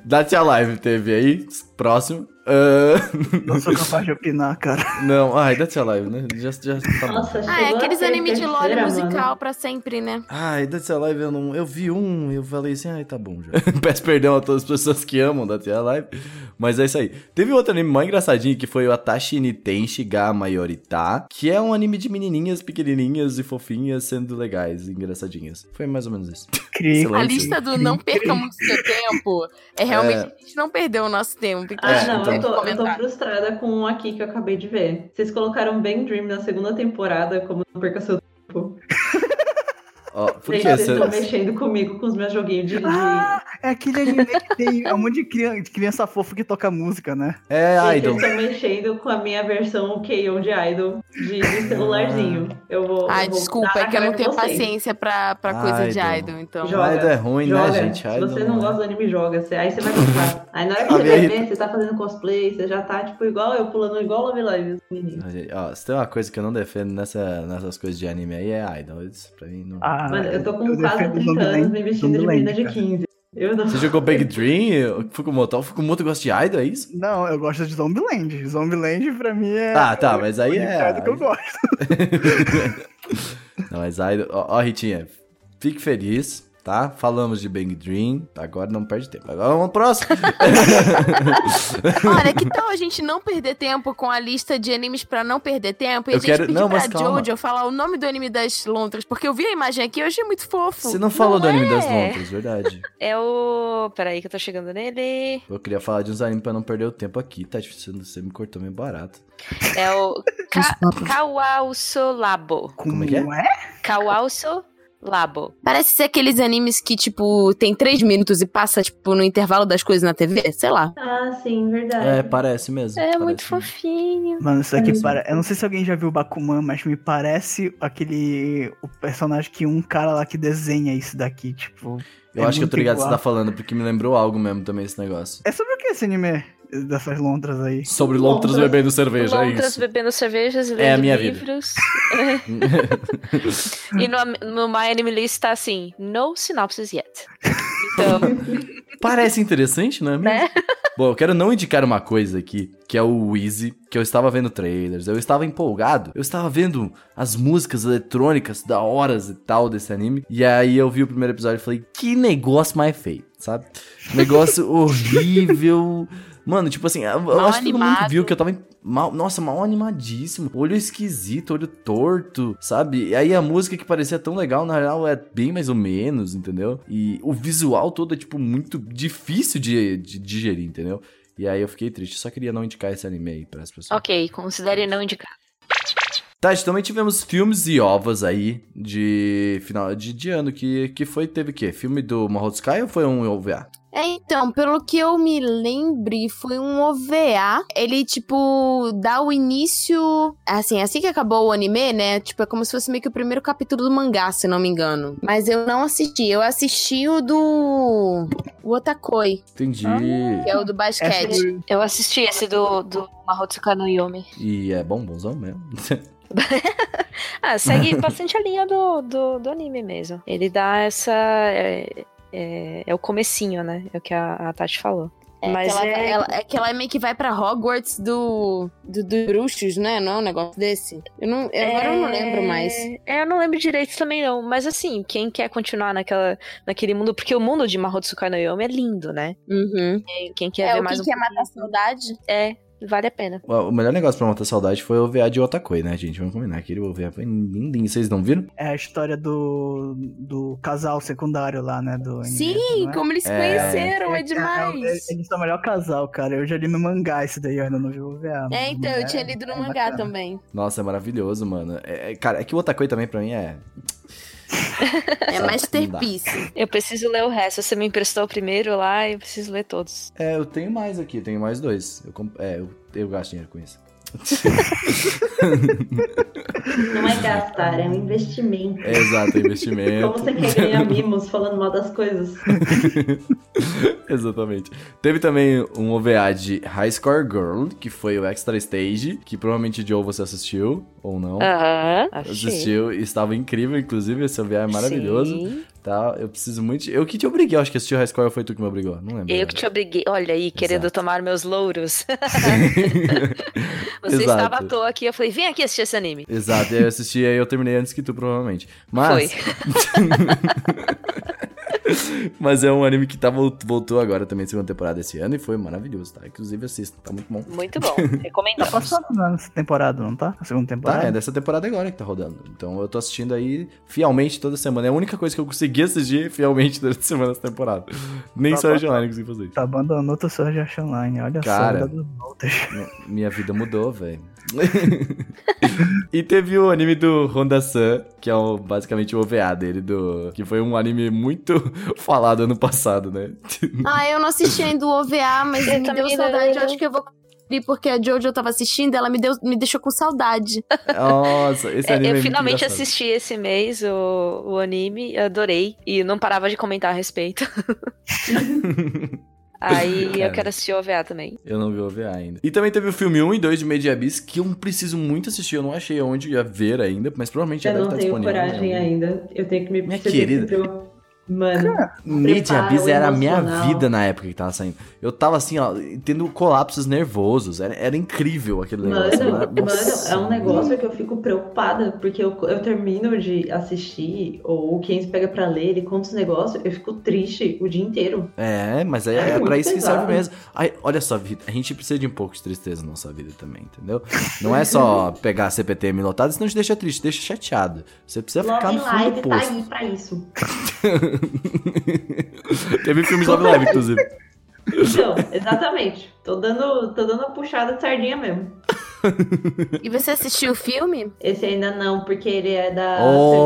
Speaker 2: Dá-te a live, teve aí. Próximo. Ahn,
Speaker 6: Não sou capaz de opinar, cara.
Speaker 2: não, ai, dá-te a live, né? Já, já tá bom.
Speaker 4: Nossa, chegou
Speaker 3: ah, é aqueles
Speaker 4: a ter
Speaker 3: animes de lore
Speaker 4: terceira,
Speaker 3: musical
Speaker 4: mano.
Speaker 3: pra sempre, né?
Speaker 2: Ai, dá-te a live, eu não. Eu vi um, eu falei assim, ai, tá bom já. Peço perdão a todas as pessoas que amam dá-te a live. Mas é isso aí. Teve outro anime mais engraçadinho que foi o Atashi Nitenshi ga Mayorita, que é um anime de menininhas pequenininhas e fofinhas sendo legais, engraçadinhas. Foi mais ou menos isso.
Speaker 6: Criei.
Speaker 2: Sei lá.
Speaker 3: A
Speaker 2: Lance.
Speaker 3: lista do não perca muito seu tempo é realmente a gente não perdeu o nosso tempo. Então
Speaker 4: Ah,
Speaker 2: É,
Speaker 4: não,
Speaker 2: então.
Speaker 4: eu, tô, eu tô
Speaker 3: Comentar.
Speaker 4: frustrada com um aqui que eu acabei de ver. Vocês colocaram Ben Dream na segunda temporada, como um não perca seu tempo.
Speaker 2: Ó, por
Speaker 4: Gente,
Speaker 2: que
Speaker 4: vocês estão
Speaker 2: você.
Speaker 4: mexendo comigo com os meus joguinhos de. de-
Speaker 6: Ah, é aquele anime que tem um monte de criança, de criança fofa que toca música, né?
Speaker 2: É,
Speaker 4: Gente,
Speaker 2: idol.
Speaker 4: Vocês estão mexendo com a minha versão KO de Idol de, de celularzinho.
Speaker 2: Ah.
Speaker 4: Eu vou.
Speaker 3: Ai,
Speaker 4: eu vou
Speaker 3: desculpa,
Speaker 4: dar
Speaker 3: é que eu
Speaker 4: na
Speaker 3: não
Speaker 4: cara
Speaker 3: tenho
Speaker 4: de vocês.
Speaker 3: paciência pra, pra coisa de
Speaker 2: Idol.
Speaker 3: idol, então.
Speaker 4: Joga.
Speaker 2: Idol é ruim,
Speaker 4: Joga.
Speaker 2: né, gente?
Speaker 4: Se
Speaker 2: Idol
Speaker 4: você não
Speaker 2: é.
Speaker 4: gosta do anime, joga. Você- Aí você vai gostar. Aí na hora que
Speaker 2: A
Speaker 4: você
Speaker 2: minha
Speaker 4: vai ver, você tá fazendo cosplay, você já tá, tipo, igual eu, pulando igual Love Live, os meninos.
Speaker 2: Ah, gente, Ó, se tem uma coisa que eu não defendo nessa, nessas coisas de anime aí é idol. Isso pra mim não.
Speaker 6: Ah,
Speaker 4: Mano, eu tô com quase
Speaker 6: defendo
Speaker 4: 30
Speaker 6: o nome
Speaker 4: anos
Speaker 6: nem-
Speaker 4: me vestindo de
Speaker 6: Zombieland,
Speaker 4: menina de
Speaker 6: cara.
Speaker 4: 15. Eu não.
Speaker 2: Você jogou Big Dream? Fukumoto? O Fukumoto gosta de idol, é isso?
Speaker 6: Não, eu gosto de Zombieland. Zombieland pra mim é.
Speaker 2: Ah, tá, mas aí
Speaker 6: o
Speaker 2: é.
Speaker 6: que eu gosto.
Speaker 2: Não, mas idol. Ó, ó Ritinha, fique feliz. tá? Falamos de Bang Dream, agora não perde tempo. Agora vamos pro próximo.
Speaker 3: Olha, que tal a gente não perder tempo com a lista de animes pra não perder tempo? E
Speaker 2: Eu
Speaker 3: a gente
Speaker 2: quero-
Speaker 3: pedir
Speaker 2: não,
Speaker 3: pra
Speaker 2: mas calma.
Speaker 3: Jojo falar o nome do anime das lontras, porque eu vi a imagem aqui e eu achei muito fofo.
Speaker 2: Você não falou do anime das
Speaker 5: é.
Speaker 2: lontras, verdade.
Speaker 5: É o. Peraí, que eu tô chegando nele.
Speaker 2: Eu queria falar de uns animes pra não perder o tempo aqui, tá? Você você me cortou meio barato.
Speaker 5: É o. Ka Kawauso Labo.
Speaker 2: Como é que é?
Speaker 5: Kawauso Labo.
Speaker 3: Parece ser aqueles animes que, tipo, tem três minutos e passa, tipo, no intervalo das coisas na TV, sei lá.
Speaker 4: Ah, sim,
Speaker 2: É,
Speaker 4: verdade.
Speaker 2: parece mesmo.
Speaker 5: É
Speaker 2: parece
Speaker 5: muito
Speaker 2: mesmo.
Speaker 5: fofinho.
Speaker 6: Mano, isso aqui para. Eu não sei se alguém já viu o Bakuman, mas me parece aquele. O personagem que um cara lá que desenha isso daqui, tipo.
Speaker 2: Eu
Speaker 6: É
Speaker 2: acho que eu tô
Speaker 6: muito
Speaker 2: ligado o que você
Speaker 6: igual.
Speaker 2: tá falando, porque me lembrou algo mesmo também esse negócio.
Speaker 6: É sobre o que esse anime dessas lontras aí?
Speaker 2: Sobre
Speaker 4: Lontras.
Speaker 2: lontras bebendo cerveja, é
Speaker 5: Lontras
Speaker 2: isso. É
Speaker 5: bebendo cervejas, lendo
Speaker 2: a minha vida.
Speaker 5: livros. e no, no My Anime List tá assim: no synopsis yet. Então,
Speaker 2: Parece interessante, não é mesmo?
Speaker 5: Né?
Speaker 2: Bom, eu quero não indicar uma coisa aqui, que é o Wheezy, que eu estava vendo trailers, eu estava empolgado, eu estava vendo as músicas eletrônicas da horas e tal desse anime, e aí eu vi o primeiro episódio e falei, que negócio mais feio, sabe? Negócio horrível. Mano, tipo assim, eu eu
Speaker 3: Mal
Speaker 2: acho que todo mundo que
Speaker 3: animado.
Speaker 2: viu que eu tava em- mal, nossa, mal animadíssimo, olho esquisito, olho torto, sabe? E aí a música que parecia tão legal, na real é bem mais ou menos, entendeu? E o visual todo é, tipo, muito difícil de, de digerir, entendeu? E aí eu fiquei triste, só queria não indicar esse anime aí pras pessoas.
Speaker 5: ok, considere não indicar.
Speaker 2: Tati, Tá, também tivemos filmes e ovas aí de final de, de ano, que, que foi, teve o quê? Filme do Mahou Sky ou foi um OVA?
Speaker 3: É, então, pelo que eu me lembre, foi um OVA. Ele, tipo, dá o início. Assim, assim que acabou o anime, né? Tipo, é como se fosse meio que o primeiro capítulo do mangá, se não me engano. Mas eu não assisti. Eu assisti o do. O Otakoi,
Speaker 2: Entendi.
Speaker 3: que
Speaker 4: Ah,
Speaker 3: é o do basquete.
Speaker 6: sobre-
Speaker 5: Eu assisti esse do, do Mahotsuka no Yomi.
Speaker 2: E é bom, bonzão mesmo.
Speaker 5: Ah, segue bastante a linha do, do, do anime mesmo. Ele dá essa. É, é, é o comecinho, né? É o que a, a Tati falou. Mas
Speaker 3: que ela,
Speaker 5: é-
Speaker 3: ela- é que ela meio que vai pra Hogwarts do, do, dos bruxos, né? Não é um negócio desse? Eu não, eu- Agora eu não lembro mais.
Speaker 5: É, eu não lembro direito também, não. Mas assim, quem quer continuar naquela, naquele mundo, porque o mundo de Mahotsuka no Yomi é lindo, né?
Speaker 3: Uhum.
Speaker 5: E Quem
Speaker 3: É,
Speaker 5: quer ver
Speaker 3: o
Speaker 5: mais
Speaker 3: que,
Speaker 5: um
Speaker 3: que é matar a saudade?
Speaker 5: É, vale a pena.
Speaker 2: Ó, O melhor negócio pra matar saudade foi o OVA de Otakoi, né, gente? Vamos combinar. Aquele OVA foi lindinho. Vocês não viram?
Speaker 6: É a história do, do casal secundário lá, né? Do anime,
Speaker 3: Sim,
Speaker 6: não é?
Speaker 3: como eles se
Speaker 2: É.
Speaker 3: conheceram, é
Speaker 6: É, é,
Speaker 3: demais.
Speaker 6: eles são o melhor casal, cara. Eu já li no mangá isso daí, eu ainda não vi o VA.
Speaker 3: É, então, eu tinha lido no mangá também.
Speaker 2: Nossa, é maravilhoso, mano. É, é- cara, é que o Otakoi também pra mim é...
Speaker 3: É
Speaker 2: Não dá.
Speaker 3: Masterpiece.
Speaker 5: Eu preciso ler o resto. Você me emprestou o primeiro lá eu preciso ler todos.
Speaker 2: É, eu tenho mais aqui. Eu tenho mais dois. Eu comp- É, eu, eu gasto dinheiro com isso.
Speaker 4: Não é gastar, é um investimento.
Speaker 2: É, exato, é
Speaker 4: Como
Speaker 2: investimento.
Speaker 4: você quer ganhar mimos falando mal das coisas?
Speaker 2: Exatamente. Teve também um OVA de High Score Girl, que foi o Extra Stage, que provavelmente Joe você assistiu, ou não.
Speaker 5: Ah, Aham. achei.
Speaker 2: Assistiu e estava incrível, inclusive, esse OVA é maravilhoso.
Speaker 5: Sim.
Speaker 2: Tá, eu preciso muito. de- Eu que te obriguei, eu acho que assistiu High Score foi tu que me obrigou, não lembro.
Speaker 5: Eu que te obriguei. Olha aí, querendo
Speaker 2: Exato.
Speaker 5: tomar meus louros. Você
Speaker 2: Exato.
Speaker 5: estava à toa aqui. Eu falei, vem aqui assistir esse anime.
Speaker 2: Exato, eu assisti e eu terminei antes que tu, provavelmente. Mas. Mas é um anime que tá, vol- voltou agora também, segunda temporada esse ano, e foi maravilhoso, tá? Inclusive assista, tá muito bom.
Speaker 5: Muito bom.
Speaker 6: Tá
Speaker 5: Recomendamos.
Speaker 6: passando nessa temporada, não tá? A segunda
Speaker 2: Tá, é
Speaker 6: temporada?
Speaker 2: dessa temporada agora que tá rodando. Então eu tô assistindo aí fielmente toda semana. É a única coisa que eu consegui assistir fielmente durante a semana dessa temporada. Nem
Speaker 6: Tá
Speaker 2: só
Speaker 6: bom.
Speaker 2: de online consegui fazer isso.
Speaker 6: Tá abandonou o seu Jash Online, olha
Speaker 2: Cara.
Speaker 6: só. dando voltas.
Speaker 2: Minha vida mudou, velho. e teve o anime do Honda-san, que é o- basicamente o OVA dele, do, que foi um anime muito falado ano passado, né?
Speaker 3: Ah, eu não assisti ainda o OVA, mas
Speaker 5: Eu
Speaker 3: me
Speaker 5: também
Speaker 3: deu
Speaker 5: não.
Speaker 3: saudade. Eu acho que eu vou conferir, porque a Jojo tava assistindo, ela me, deu, me deixou com saudade.
Speaker 2: Nossa, esse
Speaker 5: É,
Speaker 2: anime é
Speaker 5: eu
Speaker 2: muito
Speaker 5: finalmente
Speaker 2: engraçado.
Speaker 5: assisti esse mês o, o anime, adorei. E não parava de comentar a respeito. Aí eu
Speaker 2: Cara.
Speaker 5: quero assistir o OVA também.
Speaker 2: Eu não vi o OVA ainda. E também teve o filme 1 e 2 de Media Abyss, que eu preciso muito assistir. Eu não achei onde ia ver ainda, mas provavelmente já
Speaker 4: Eu
Speaker 2: deve
Speaker 4: não
Speaker 2: estar
Speaker 4: tenho
Speaker 2: disponível. né?
Speaker 4: coragem ainda. Eu tenho que me
Speaker 2: Minha
Speaker 4: você tem que
Speaker 2: querida.
Speaker 4: pro- Mano,
Speaker 2: Media
Speaker 4: Preparo
Speaker 2: Biz era a minha
Speaker 4: emocional.
Speaker 2: vida na época que tava saindo. Eu tava assim, ó, tendo colapsos nervosos. Era, era incrível aquele
Speaker 4: mano,
Speaker 2: negócio. Era-
Speaker 4: mano,
Speaker 2: nossa.
Speaker 4: é um negócio que eu fico preocupada, porque eu, eu termino de assistir, ou quem se pega pra ler, ele conta os negócios, eu fico triste o dia inteiro.
Speaker 2: É, mas é,
Speaker 4: É
Speaker 2: é pra
Speaker 4: muito
Speaker 2: isso que
Speaker 4: pesado.
Speaker 2: serve mesmo. Aí, olha só, Vitor, a gente precisa de um pouco de tristeza na nossa vida também, entendeu? Não é só pegar a CPTM lotada, senão te deixa triste, deixa chateado. Você precisa ficar
Speaker 4: Love
Speaker 2: no fundo do
Speaker 4: Live tá
Speaker 2: poço.
Speaker 4: aí pra isso.
Speaker 2: Teve filmes Love Live, inclusive.
Speaker 4: Então, exatamente. Tô dando, tô dando a puxada de sardinha mesmo.
Speaker 3: E você assistiu o filme?
Speaker 4: Esse ainda não, porque ele é da
Speaker 2: Olha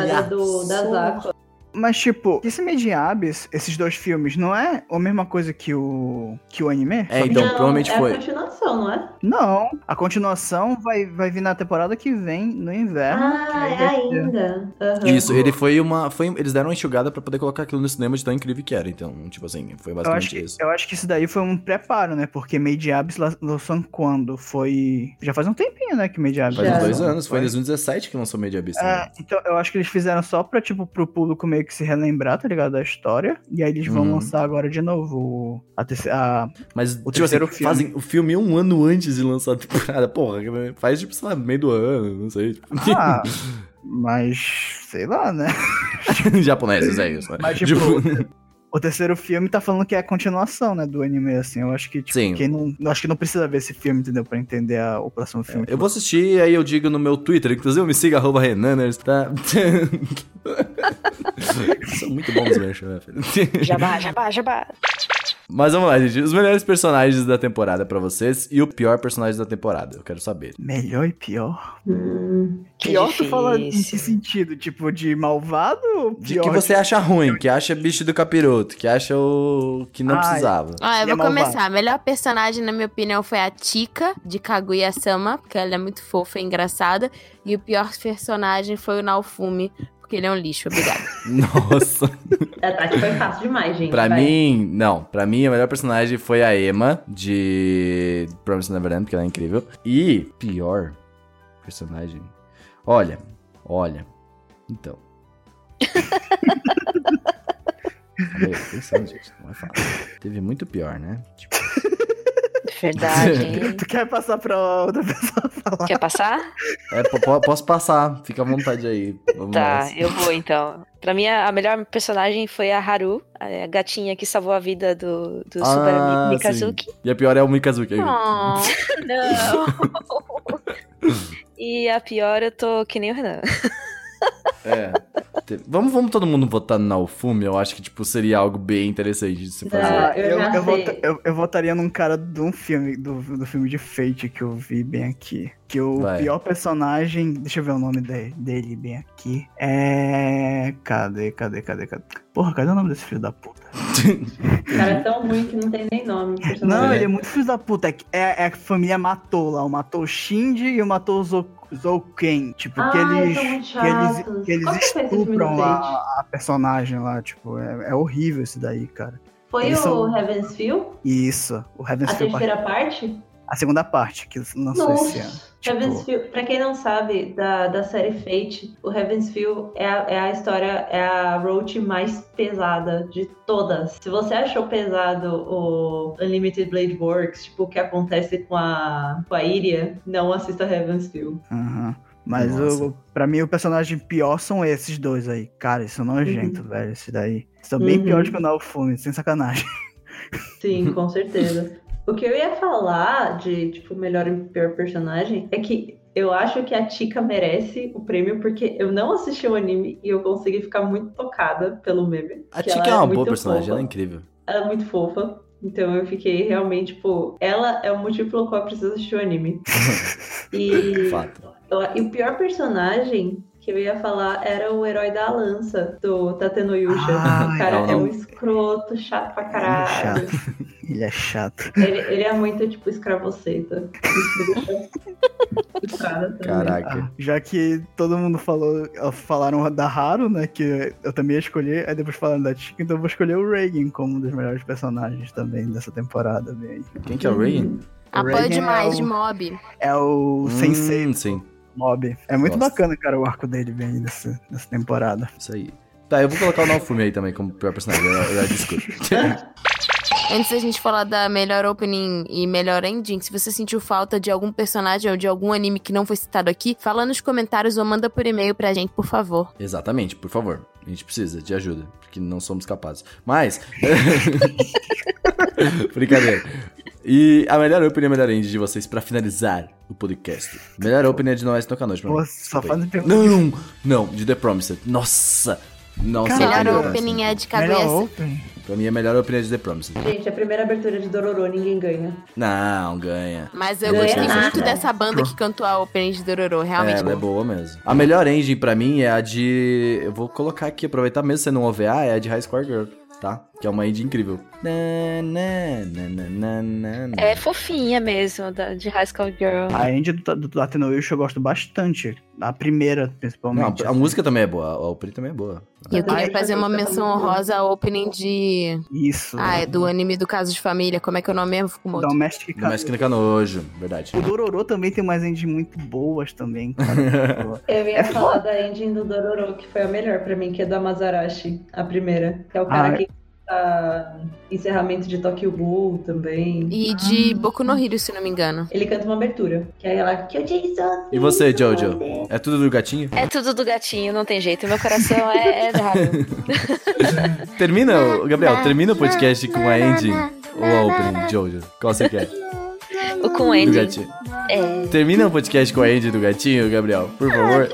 Speaker 4: segunda temporada do, da
Speaker 2: só.
Speaker 4: Zaco.
Speaker 6: Mas, tipo, esse Mediabes, esses dois filmes, não é a mesma coisa que o, que o anime?
Speaker 2: É,
Speaker 6: Só que-
Speaker 2: então, provavelmente
Speaker 4: é
Speaker 2: foi.
Speaker 4: a continuação, não é?
Speaker 6: Não, a continuação vai, vai vir na temporada que vem, no inverno. que
Speaker 4: Ah,
Speaker 6: aí
Speaker 4: é
Speaker 6: vai ter-
Speaker 4: ainda. Aham.
Speaker 2: Isso, ele foi uma. Foi, eles deram uma enxugada pra poder colocar aquilo no cinema de tão incrível que era. Então, tipo assim, foi
Speaker 6: Eu acho,
Speaker 2: basicamente
Speaker 6: que,
Speaker 2: isso.
Speaker 6: eu acho que isso daí foi um preparo, né? Porque Mediabes la- lançou quando? Foi. Já faz um tempinho, né? Que Mediabes
Speaker 2: Faz
Speaker 4: Já.
Speaker 2: uns
Speaker 6: lançou,
Speaker 2: dois anos, foi em
Speaker 6: não
Speaker 2: 2017 que lançou Media Beast. né?
Speaker 6: É, então eu acho que eles fizeram só pra, tipo, pro público meio que se relembrar, tá ligado? Da história. E aí eles vão
Speaker 2: Uhum.
Speaker 6: lançar agora de novo o- a, terce- a-
Speaker 2: Mas, tipo
Speaker 6: terceiro
Speaker 2: assim,
Speaker 6: filme.
Speaker 2: fazem o filme um ano antes de lançar a temporada. Porra, faz tipo, sei lá, meio do ano, não sei. Tipo,
Speaker 6: Ah, mas. sei lá, né?
Speaker 2: japoneses, é isso. né?
Speaker 6: Mas, tipo, O terceiro filme tá falando que é a continuação, né? Do anime, assim. Eu acho que, tipo,
Speaker 2: Sim.
Speaker 6: quem não. eu Acho que não precisa ver esse filme, entendeu? Pra entender a- o próximo filme.
Speaker 2: eu vou assistir, aí eu digo no meu Twitter, inclusive me siga, arroba Renaners, tá? São muito bons os merchan, né, filho?
Speaker 5: Jabá, jabá, jabá.
Speaker 2: Mas vamos lá, gente. Os melhores personagens da temporada pra vocês e o pior personagem da temporada. Eu quero saber.
Speaker 6: Melhor e pior.
Speaker 4: Hum,
Speaker 5: Que
Speaker 6: pior tu fala em que
Speaker 5: difícil.
Speaker 6: sentido? Tipo, de malvado ou
Speaker 2: De
Speaker 6: pior?
Speaker 2: que você
Speaker 6: tipo,
Speaker 2: acha ruim, que acha bicho do capiroto, que acha o que não
Speaker 6: Ai.
Speaker 2: precisava.
Speaker 3: Ó, Ah, eu
Speaker 6: Ele é
Speaker 3: vou
Speaker 6: malvado.
Speaker 3: começar. A melhor personagem, na minha opinião, foi a Tika, de Kaguya-sama, porque ela é muito fofa e engraçada. E o pior personagem foi o Naofumi, porque ele é um lixo, obrigada.
Speaker 2: Nossa.
Speaker 4: a Tati tá, foi fácil demais, gente.
Speaker 2: Pra
Speaker 4: vai.
Speaker 2: mim, não. Pra mim, a melhor personagem foi a Emma, de Promised Neverland, porque ela é incrível. E, pior personagem... Olha, olha. Então. Falei, atenção, gente. Não é fácil. Teve muito pior, né? Tipo,
Speaker 5: Verdade, hein?
Speaker 6: Tu quer passar pra outra
Speaker 4: É,
Speaker 6: pessoa falar?
Speaker 5: Quer passar?
Speaker 2: é, po- po- posso passar. Fica à vontade aí. Vamos
Speaker 5: Tá,
Speaker 2: nessa.
Speaker 5: eu vou então. Pra mim, a a melhor personagem foi a Haru, a gatinha que salvou a vida do, do
Speaker 2: Ah,
Speaker 5: Super
Speaker 2: sim.
Speaker 5: amigo Mikazuki.
Speaker 2: E a pior é o Mikazuki.
Speaker 3: oh,
Speaker 5: Não! e a pior, eu tô que nem o Renan.
Speaker 2: É. Te- Vamos, vamos todo mundo votar no Naofumi? Eu acho que tipo, seria algo bem interessante de se fazer.
Speaker 4: Ah, eu já sei.
Speaker 6: vota- eu- eu votaria num cara de um filme, do, do filme de Fate que eu vi bem aqui. Que o
Speaker 2: Vai.
Speaker 6: pior personagem. Deixa eu ver o nome de- dele bem aqui. É. Cadê, cadê, cadê, cadê? Porra, cadê o nome desse filho da puta?
Speaker 4: O cara é tão ruim que não tem nem nome.
Speaker 6: Não,
Speaker 4: Né?
Speaker 2: É.
Speaker 6: ele é muito filho da puta. É, que- é- é a família matou lá. O matou o Shinji e o matou o Zou- Zouken. Tipo, que
Speaker 4: Ai,
Speaker 6: eles.
Speaker 4: são Ah, muito
Speaker 6: que eles-
Speaker 4: chatos.
Speaker 6: que eles
Speaker 4: Como que foi esse filme do
Speaker 6: estupram
Speaker 4: Fate?
Speaker 6: lá a personagem lá. Tipo, é, é horrível isso daí, cara.
Speaker 4: Foi
Speaker 6: eles
Speaker 4: o
Speaker 6: são-
Speaker 4: Heaven's Feel?
Speaker 6: Isso. O Heaven's
Speaker 4: A
Speaker 6: Feel Part-
Speaker 4: terceira parte?
Speaker 6: A segunda parte, que lançou esse ano.
Speaker 4: Nossa!
Speaker 6: Tipo-
Speaker 4: Heaven's Feel, pra quem não sabe da, da série Fate, o Heaven's Feel é a, é a história, é a road mais pesada de todas. Se você achou pesado o Unlimited Blade Works, tipo, o que acontece com a, com a Iria, não assista Heaven's Feel.
Speaker 6: Aham. Mas
Speaker 2: Nossa.
Speaker 6: o, pra mim o personagem pior são esses dois aí. Cara, isso é nojento, velho. Esse daí. São bem
Speaker 4: Uhum.
Speaker 6: piores que o Naofumi, sem sacanagem.
Speaker 4: Sim, com certeza. O que eu ia falar de, tipo, melhor e pior personagem é que eu acho que a Tika merece o prêmio porque eu não assisti o anime e eu consegui ficar muito tocada pelo meme.
Speaker 2: A
Speaker 4: que
Speaker 2: Tika
Speaker 4: ela
Speaker 2: é uma
Speaker 4: muito
Speaker 2: boa personagem, ela é
Speaker 4: Fofa.
Speaker 2: incrível.
Speaker 4: Ela é muito fofa. Então eu fiquei realmente, tipo, ela é o motivo pelo qual eu preciso assistir o anime. e,
Speaker 2: Fato.
Speaker 4: e o pior personagem que eu ia falar era o herói da lança do Tatenoyusha.
Speaker 6: Ah,
Speaker 4: o cara
Speaker 2: não,
Speaker 4: é
Speaker 2: não.
Speaker 4: um escroto, chato
Speaker 2: um
Speaker 4: pra
Speaker 6: Ele
Speaker 4: caralho.
Speaker 6: é Ele é chato.
Speaker 4: Ele, ele é muito, tipo, escravoceta. Cara, também.
Speaker 2: Caraca.
Speaker 6: Ah, já que todo mundo falou, falaram da Haru, né? Que eu também ia escolher, aí depois falaram da Chica, então eu vou escolher o Reagan como um dos melhores personagens também dessa temporada. Bem.
Speaker 2: Quem que é o Reagan?
Speaker 3: apoio
Speaker 6: Reagan
Speaker 3: demais
Speaker 6: é o-
Speaker 3: de Ah, mob.
Speaker 6: É o Sensei
Speaker 2: Hum, sim,
Speaker 6: Mob. É muito
Speaker 2: Gosto.
Speaker 6: bacana, cara, o arco dele bem nessa, nessa temporada.
Speaker 2: isso aí. Tá, eu vou colocar o Naofumi aí também como pior personagem. Eu, eu, eu discuto.
Speaker 3: Antes da gente falar da melhor opening e melhor ending, se você sentiu falta de algum personagem ou de algum anime que não foi citado aqui, fala nos comentários ou manda por e-mail pra gente, por favor.
Speaker 2: Exatamente, por favor. A gente precisa de ajuda, porque não somos capazes. Mas. Brincadeira. E a melhor opening e a melhor end de vocês pra finalizar o podcast. Melhor opening é de Noeste no Canojo.
Speaker 6: Nossa, só faz um tempo.
Speaker 2: Não, não, de The Promised. Nossa! Nossa,
Speaker 3: melhor
Speaker 6: Caralho.
Speaker 2: Nossa.
Speaker 3: opening é de
Speaker 6: Melhor
Speaker 3: Kaguya.
Speaker 6: open.
Speaker 2: Pra mim é melhor opening é de The Promised.
Speaker 4: Gente, a primeira abertura de Dororô ninguém ganha.
Speaker 2: Não, ganha.
Speaker 3: Mas eu
Speaker 4: Não é
Speaker 3: gostei
Speaker 4: nada.
Speaker 3: muito dessa banda que cantou a opening de Dororo,
Speaker 2: É,
Speaker 3: realmente.
Speaker 2: ela é boa mesmo. A melhor engine pra mim é a de. Eu vou colocar aqui, aproveitar mesmo sendo um OVA, é a de High Score Girl, tá? Que é uma engine incrível. Na, na, na, na, na, na, na.
Speaker 5: É fofinha mesmo, da- de High School Girl.
Speaker 6: A Andy do, do Latino Wish eu gosto bastante. A primeira,
Speaker 2: Não,
Speaker 6: principalmente.
Speaker 2: a música também é boa, a Opry também é boa.
Speaker 3: E eu
Speaker 6: Ai,
Speaker 3: queria fazer uma
Speaker 4: tá
Speaker 3: menção
Speaker 4: bom.
Speaker 3: honrosa à opening de.
Speaker 6: Isso. né?
Speaker 3: Ah, é do anime do Caso de Família. Como é que é o nome mesmo? Fico morto.
Speaker 6: Domestic
Speaker 2: Não, Mas que não é nojo, verdade.
Speaker 6: O Dororô também tem umas endes muito boas também, cara.
Speaker 4: Eu ia
Speaker 6: É
Speaker 4: falar da ending do Dororo, que foi a melhor pra mim, que é do Amazarashi, a primeira. Que é o
Speaker 6: Ah.
Speaker 4: cara que canta encerramento de Tokyo Ghoul também.
Speaker 3: E de Boku no Hero, se não me engano.
Speaker 4: Ele canta uma abertura, que é ela que eu disse.
Speaker 2: E você, Jojo? É tudo do gatinho?
Speaker 5: É tudo do gatinho, não tem jeito. Meu coração é, é errado.
Speaker 2: Termina, o- Gabriel, termina o podcast com a ending ou a opening, Jojo? Qual você quer?
Speaker 5: O com
Speaker 2: Do
Speaker 5: ending.
Speaker 2: gatinho.
Speaker 5: É.
Speaker 2: Termina o podcast com a ending do gatinho, Gabriel, por favor.